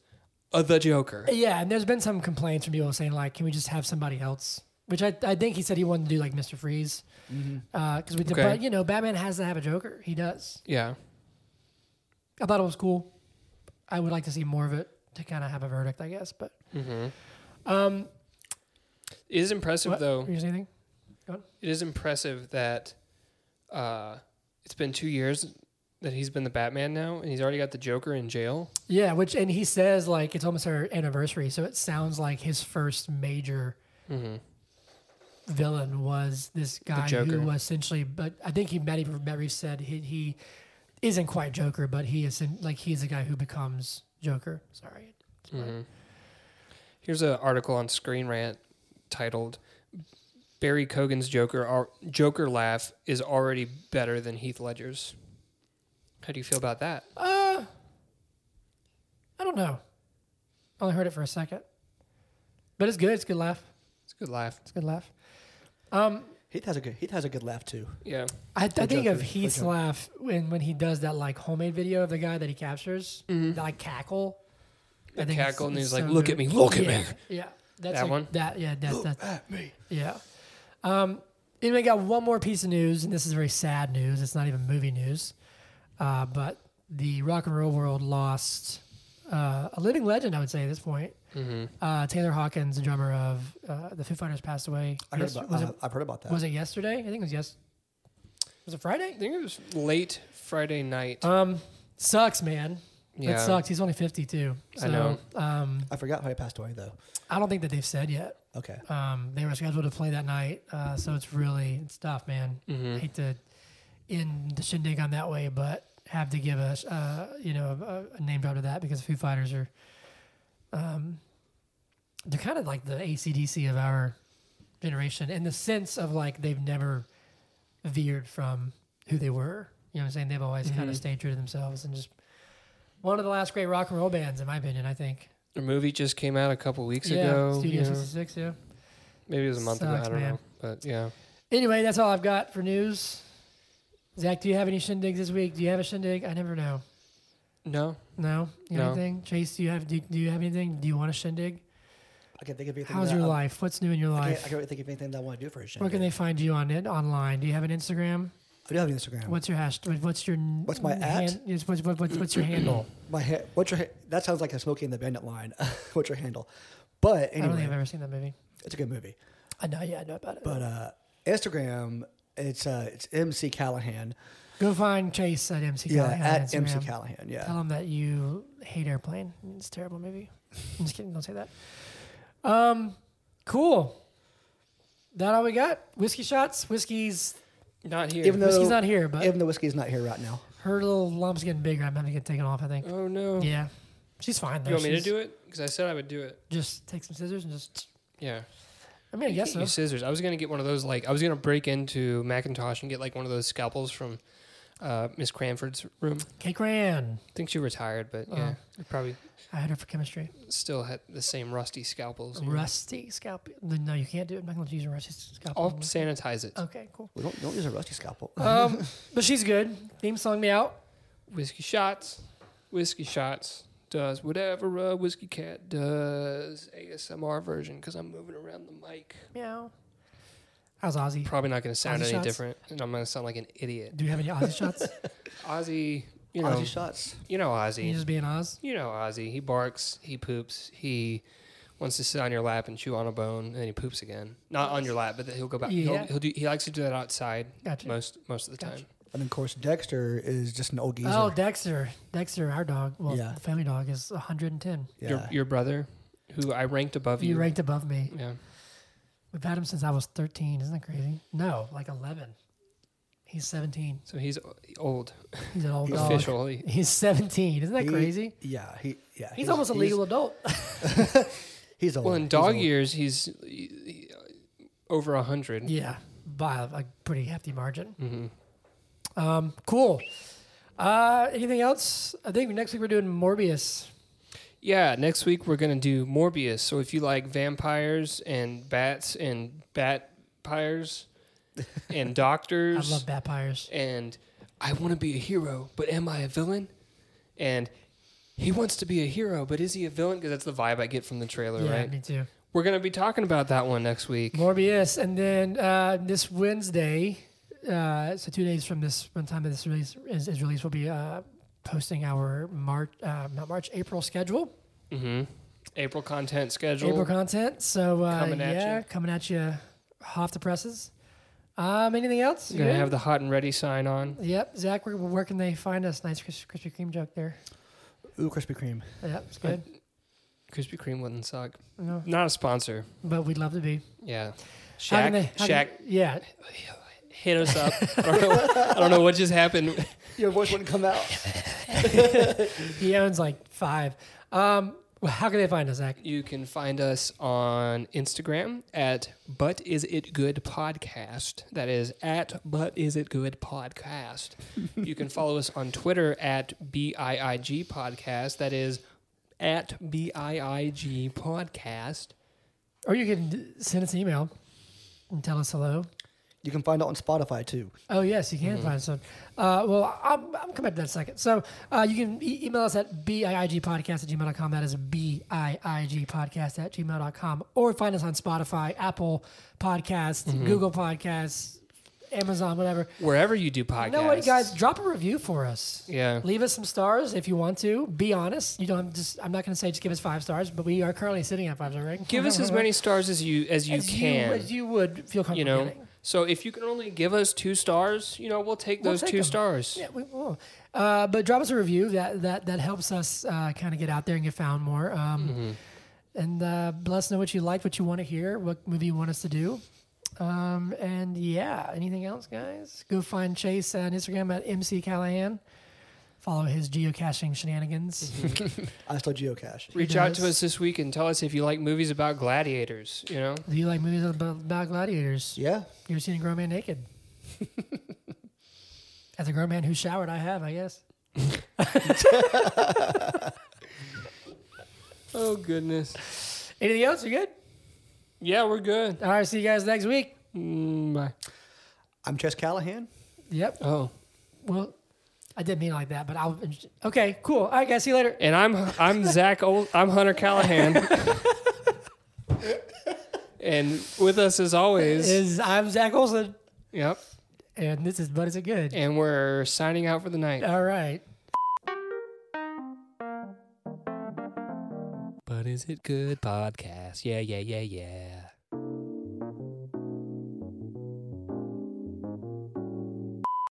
Speaker 3: uh, the Joker.
Speaker 1: Yeah, and there's been some complaints from people saying like, can we just have somebody else? Which I, I think he said he wanted to do like Mister Freeze, because we did.
Speaker 3: Mm-hmm. Okay.
Speaker 1: But you know, Batman has to have a Joker. He does.
Speaker 3: Yeah.
Speaker 1: I thought it was cool. I would like to see more of it to kind of have a verdict, I guess. But um,
Speaker 3: It is impressive
Speaker 1: what-
Speaker 3: though.
Speaker 1: you say anything?
Speaker 3: It is impressive that uh, it's been two years that he's been the Batman now, and he's already got the Joker in jail.
Speaker 1: Yeah, which and he says like it's almost her anniversary, so it sounds like his first major villain was this guy
Speaker 3: Joker.
Speaker 1: who was essentially. But I think he Matty Matt Reeves said he, he isn't quite Joker, but he is in, like he's the guy who becomes Joker. Sorry, It's
Speaker 3: Mm-hmm.
Speaker 1: my-
Speaker 3: Here's an article on Screen Rant titled "Barry Cogan's Joker ar- Joker laugh is already better than Heath Ledger's." How do you feel about that?
Speaker 1: Uh, I don't know. I only heard it for a second, but it's good. It's a good laugh.
Speaker 3: It's a good laugh.
Speaker 1: It's a good laugh. Um,
Speaker 2: Heath has a good Heath has a good laugh too.
Speaker 3: Yeah.
Speaker 1: I, I think
Speaker 2: Joker,
Speaker 1: of
Speaker 2: the
Speaker 1: Heath's
Speaker 2: Joker.
Speaker 1: laugh when when he does that like homemade video of the guy that he captures, that like cackle. I
Speaker 3: The
Speaker 1: think it's-
Speaker 3: Mm-hmm. cackle and
Speaker 1: it's
Speaker 3: he's like,
Speaker 1: so
Speaker 3: "Look
Speaker 1: good."
Speaker 3: at me, look
Speaker 1: yeah.
Speaker 3: at me."
Speaker 1: Yeah, That's
Speaker 3: That
Speaker 1: a-
Speaker 3: one?
Speaker 1: That yeah. That, that
Speaker 2: me.
Speaker 1: yeah. Um, and we got one more piece of news, and this is very sad news. It's not even movie news, uh, but the rock and roll world lost uh, a living legend. I would say at this point,
Speaker 3: Mm-hmm.
Speaker 1: uh, Taylor Hawkins, the drummer of uh, the Foo Fighters, passed away.
Speaker 2: I heard
Speaker 1: yes-
Speaker 2: about,
Speaker 1: was,
Speaker 2: uh, I've heard about
Speaker 1: it,
Speaker 2: that.
Speaker 1: was it yesterday? I think it was yes. Was it Friday?
Speaker 3: I think it was late Friday night.
Speaker 1: Um, sucks, man.
Speaker 3: Yeah.
Speaker 1: That sucks. He's only fifty two. So,
Speaker 3: I know.
Speaker 1: Um,
Speaker 2: I forgot how he passed away though.
Speaker 1: I don't think that they've said yet.
Speaker 2: Okay.
Speaker 1: Um, they were scheduled to play that night, uh, so it's really it's tough, man. I
Speaker 3: Mm-hmm.
Speaker 1: hate to end the shindig on that way, but have to give us, uh, you know, a, a name drop to that because Foo Fighters are, um, they're kind of like the ACDC of our generation in the sense of like they've never veered from who they were. You know what I'm saying? They've always
Speaker 3: Mm-hmm.
Speaker 1: kind of stayed true to themselves and just one of the last great rock and roll bands, in my opinion. I think.
Speaker 3: The movie just came out a couple weeks
Speaker 1: yeah,
Speaker 3: ago.
Speaker 1: Studio
Speaker 3: you know.
Speaker 1: 66. Yeah.
Speaker 3: Maybe it was a month ago.
Speaker 1: Sucks,
Speaker 3: I don't
Speaker 1: man.
Speaker 3: know. But yeah.
Speaker 1: Anyway, that's all I've got for news. Zach, do you have any shindigs this week? Do you have a shindig? I never know.
Speaker 3: No.
Speaker 1: No, you
Speaker 3: No.
Speaker 1: have anything? Chase, do you have do, do you have anything? Do you want a shindig?
Speaker 2: I can't think of anything.
Speaker 1: How's
Speaker 2: that
Speaker 1: your
Speaker 2: I-
Speaker 1: life? What's new in your
Speaker 2: I
Speaker 1: life?
Speaker 2: can't, I can't really think of anything that I want to do for a shindig.
Speaker 1: Where can they find you on it online? Do you have an Instagram?
Speaker 2: I do have an Instagram.
Speaker 1: What's your hash? what- What's your n-
Speaker 2: What's my at?
Speaker 1: hand- yes, what's, what, what's, what's your handle?
Speaker 2: My ha- what's your ha- that sounds like a Smokey and the Bandit line. what's your handle? But
Speaker 1: I don't think I've
Speaker 2: anyway,
Speaker 1: ever seen that movie.
Speaker 2: it's a good movie.
Speaker 1: I know, yeah, I know about it.
Speaker 2: But uh, Instagram, it's uh, it's MC Callahan.
Speaker 1: Go find Chase at MC
Speaker 2: Yeah,
Speaker 1: Callahan. on
Speaker 2: at MC
Speaker 1: Instagram.
Speaker 2: Callahan.
Speaker 1: Tell
Speaker 2: Yeah.
Speaker 1: them that you hate Airplane. It's a terrible movie. I'm just kidding. Don't say that. Um, cool. That all we got? Whiskey shots. Whiskey's
Speaker 3: Not here.
Speaker 2: Even though
Speaker 1: whiskey's not here, but
Speaker 2: even the whiskey's not here right now.
Speaker 1: her little lump's getting bigger. I'm having to get taken off. I think.
Speaker 3: oh no.
Speaker 1: Yeah, she's fine. Though.
Speaker 3: You want me to
Speaker 1: She's-
Speaker 3: do it? Because I said I would do it.
Speaker 1: Just take some scissors and just.
Speaker 3: Yeah.
Speaker 1: I mean, I
Speaker 3: You
Speaker 1: guess
Speaker 3: can't
Speaker 1: so.
Speaker 3: use scissors. I was gonna get one of those. Like I was gonna break into Macintosh and get like one of those scalpels from uh, Miss Cranford's room.
Speaker 1: Cake ran.
Speaker 3: I think she retired, but
Speaker 1: Oh.
Speaker 3: yeah, I probably
Speaker 1: I had her for chemistry.
Speaker 3: still had the same rusty scalpels. you know.
Speaker 1: Rusty scalpel. No, you can't do it. I'm not going to use a rusty
Speaker 3: I'll
Speaker 1: scalpel.
Speaker 3: sanitize it.
Speaker 1: Okay, cool.
Speaker 2: We don't don't use a rusty scalpel.
Speaker 1: Um, but she's good. Theme song me out.
Speaker 3: Whiskey shots, whiskey shots does whatever a whiskey cat does. ASMR version because I'm moving around the mic.
Speaker 1: Meow. How's Ozzy?
Speaker 3: Probably not going to sound
Speaker 1: Ozzy
Speaker 3: any
Speaker 1: shots?
Speaker 3: different, and I'm going to sound like an idiot.
Speaker 1: Do you have any Ozzy shots?
Speaker 3: Ozzy, you know,
Speaker 2: Ozzy shots.
Speaker 3: you know
Speaker 1: Can you
Speaker 3: Ozzy,
Speaker 1: just be an Oz?
Speaker 3: you know Ozzy. He barks, he poops, he wants to sit on your lap and chew on a bone, and then he poops again. Not on your lap, but he'll go back.
Speaker 1: Yeah.
Speaker 3: He'll, he'll do. He likes to do that outside
Speaker 1: Gotcha.
Speaker 3: most most of the
Speaker 1: Gotcha.
Speaker 3: time.
Speaker 2: And of course, Dexter is just an old geezer.
Speaker 1: Oh, Dexter. Dexter, our dog. Well,
Speaker 2: Yeah.
Speaker 1: the family dog is 110.
Speaker 2: yeah.
Speaker 3: Your your brother, who I ranked above you,
Speaker 1: You ranked above me.
Speaker 3: yeah.
Speaker 1: We've had him since I was 13. Isn't that crazy? No, like 11. He's 17.
Speaker 3: So he's old,
Speaker 1: He's an old
Speaker 2: He's
Speaker 1: dog.
Speaker 3: officially.
Speaker 1: He's 17. Isn't that
Speaker 2: He-
Speaker 1: crazy?
Speaker 2: Yeah, he yeah.
Speaker 1: He's, almost a legal adult.
Speaker 2: He's, old.
Speaker 3: Well, in
Speaker 2: He's
Speaker 3: dog
Speaker 2: old.
Speaker 3: years, he's he, he, over a hundred.
Speaker 1: yeah, by a, a pretty hefty margin.
Speaker 3: Mhm.
Speaker 1: Um, cool. Uh, anything else? I think next week we're doing Morbius.
Speaker 3: Yeah, next week we're gonna do Morbius. So if you like vampires and bats and batpires and
Speaker 1: I
Speaker 3: doctors
Speaker 1: love vampires.
Speaker 3: and I want to be a hero, but am I a villain? And he wants to be a hero, but is he a villain? Because that's the vibe I get from the trailer,
Speaker 1: Yeah,
Speaker 3: right?
Speaker 1: me too.
Speaker 3: We're gonna be talking about that one next week.
Speaker 1: Morbius, and then uh, this Wednesday, uh, so two days from this from the time that this release is, is released, we'll be uh, posting our March, uh, not March, April schedule,
Speaker 3: hmm April content schedule.
Speaker 1: April content. So uh,
Speaker 3: Coming at
Speaker 1: yeah,
Speaker 3: ya. coming
Speaker 1: coming at you off the presses. Um, anything else?
Speaker 3: You're gonna
Speaker 1: Good?
Speaker 3: have the hot and ready sign on.
Speaker 1: Yep, Zach, where, where can they find us? Nice Kris- Krispy Kreme joke there.
Speaker 2: Ooh, Krispy Kreme.
Speaker 1: Yep, it's good.
Speaker 3: Krispy Kreme wouldn't suck.
Speaker 1: No,
Speaker 3: Not a sponsor.
Speaker 1: but we'd love to be.
Speaker 3: Yeah.
Speaker 1: How can
Speaker 3: Shaq,
Speaker 1: they- how
Speaker 3: Shaq
Speaker 1: can- yeah,
Speaker 3: hit us up. I don't know, I don't know what just happened.
Speaker 2: Your voice wouldn't come out.
Speaker 1: he owns like five. Um, how can they find us, Zach?
Speaker 3: You can find us on Instagram at But Is It Good Podcast. That is at But Is It Good Podcast. you can follow us on Twitter at BIIG Podcast. That is at BIIG Podcast.
Speaker 1: Or you can d- send us an email and tell us hello.
Speaker 2: You can find it on Spotify too.
Speaker 1: Oh yes, you can
Speaker 3: Mm-hmm.
Speaker 1: find some. Uh, well, I'm, I'm coming back to that in a second. So uh, you can e- email us at biigpodcast at gmail.com. That is biigpodcast at gmail.com. Or find us on Spotify, Apple Podcasts,
Speaker 3: Mm-hmm.
Speaker 1: Google Podcasts, Amazon, whatever.
Speaker 3: Wherever you do podcasts.
Speaker 1: You know what, guys? Drop a review for us.
Speaker 3: Yeah.
Speaker 1: Leave us some stars if you want to. Be honest. You don't just. I'm not going to say just give us five stars, but we are currently sitting at five stars. Right?
Speaker 3: Give us as many stars as you as you
Speaker 1: as
Speaker 3: can.
Speaker 1: You, as you would feel comfortable.
Speaker 3: you know.
Speaker 1: giving.
Speaker 3: So if you can only give us two stars, you know, we'll take
Speaker 1: We'll
Speaker 3: those
Speaker 1: take
Speaker 3: two
Speaker 1: 'em.
Speaker 3: stars.
Speaker 1: Yeah, we will. Uh, but drop us a review. That that that helps us uh, kind of get out there and get found more. Um, And uh, let us know what you like, what you want to hear, what movie you want us to do. Um, and yeah, anything else, guys? Go find Chase on Instagram at MC Callahan. Follow his geocaching shenanigans.
Speaker 2: I still geocache.
Speaker 3: Reach out to us this week and tell us if you like movies about gladiators. You know,
Speaker 1: Do you like movies about, about gladiators?
Speaker 2: Yeah.
Speaker 1: You ever seen a grown man naked? As a grown man who showered, I have, I guess.
Speaker 3: oh goodness.
Speaker 1: Anything else? You good?
Speaker 3: Yeah, we're good.
Speaker 1: All right, see you guys next week.
Speaker 3: Mm, bye.
Speaker 2: I'm Chess Callahan.
Speaker 1: Yep.
Speaker 3: Oh,
Speaker 1: Well, I didn't mean it like that, but I'll. Okay, cool. All right, guys. See you later.
Speaker 3: and I'm I'm Zach. Ol- I'm Hunter Callahan. and with us as always.
Speaker 1: Is I'm Zach Olson,
Speaker 3: yep.
Speaker 1: and this is But Is It Good?
Speaker 3: And we're signing out for the night.
Speaker 1: All right.
Speaker 3: But is it good podcast? Yeah, yeah, yeah, yeah.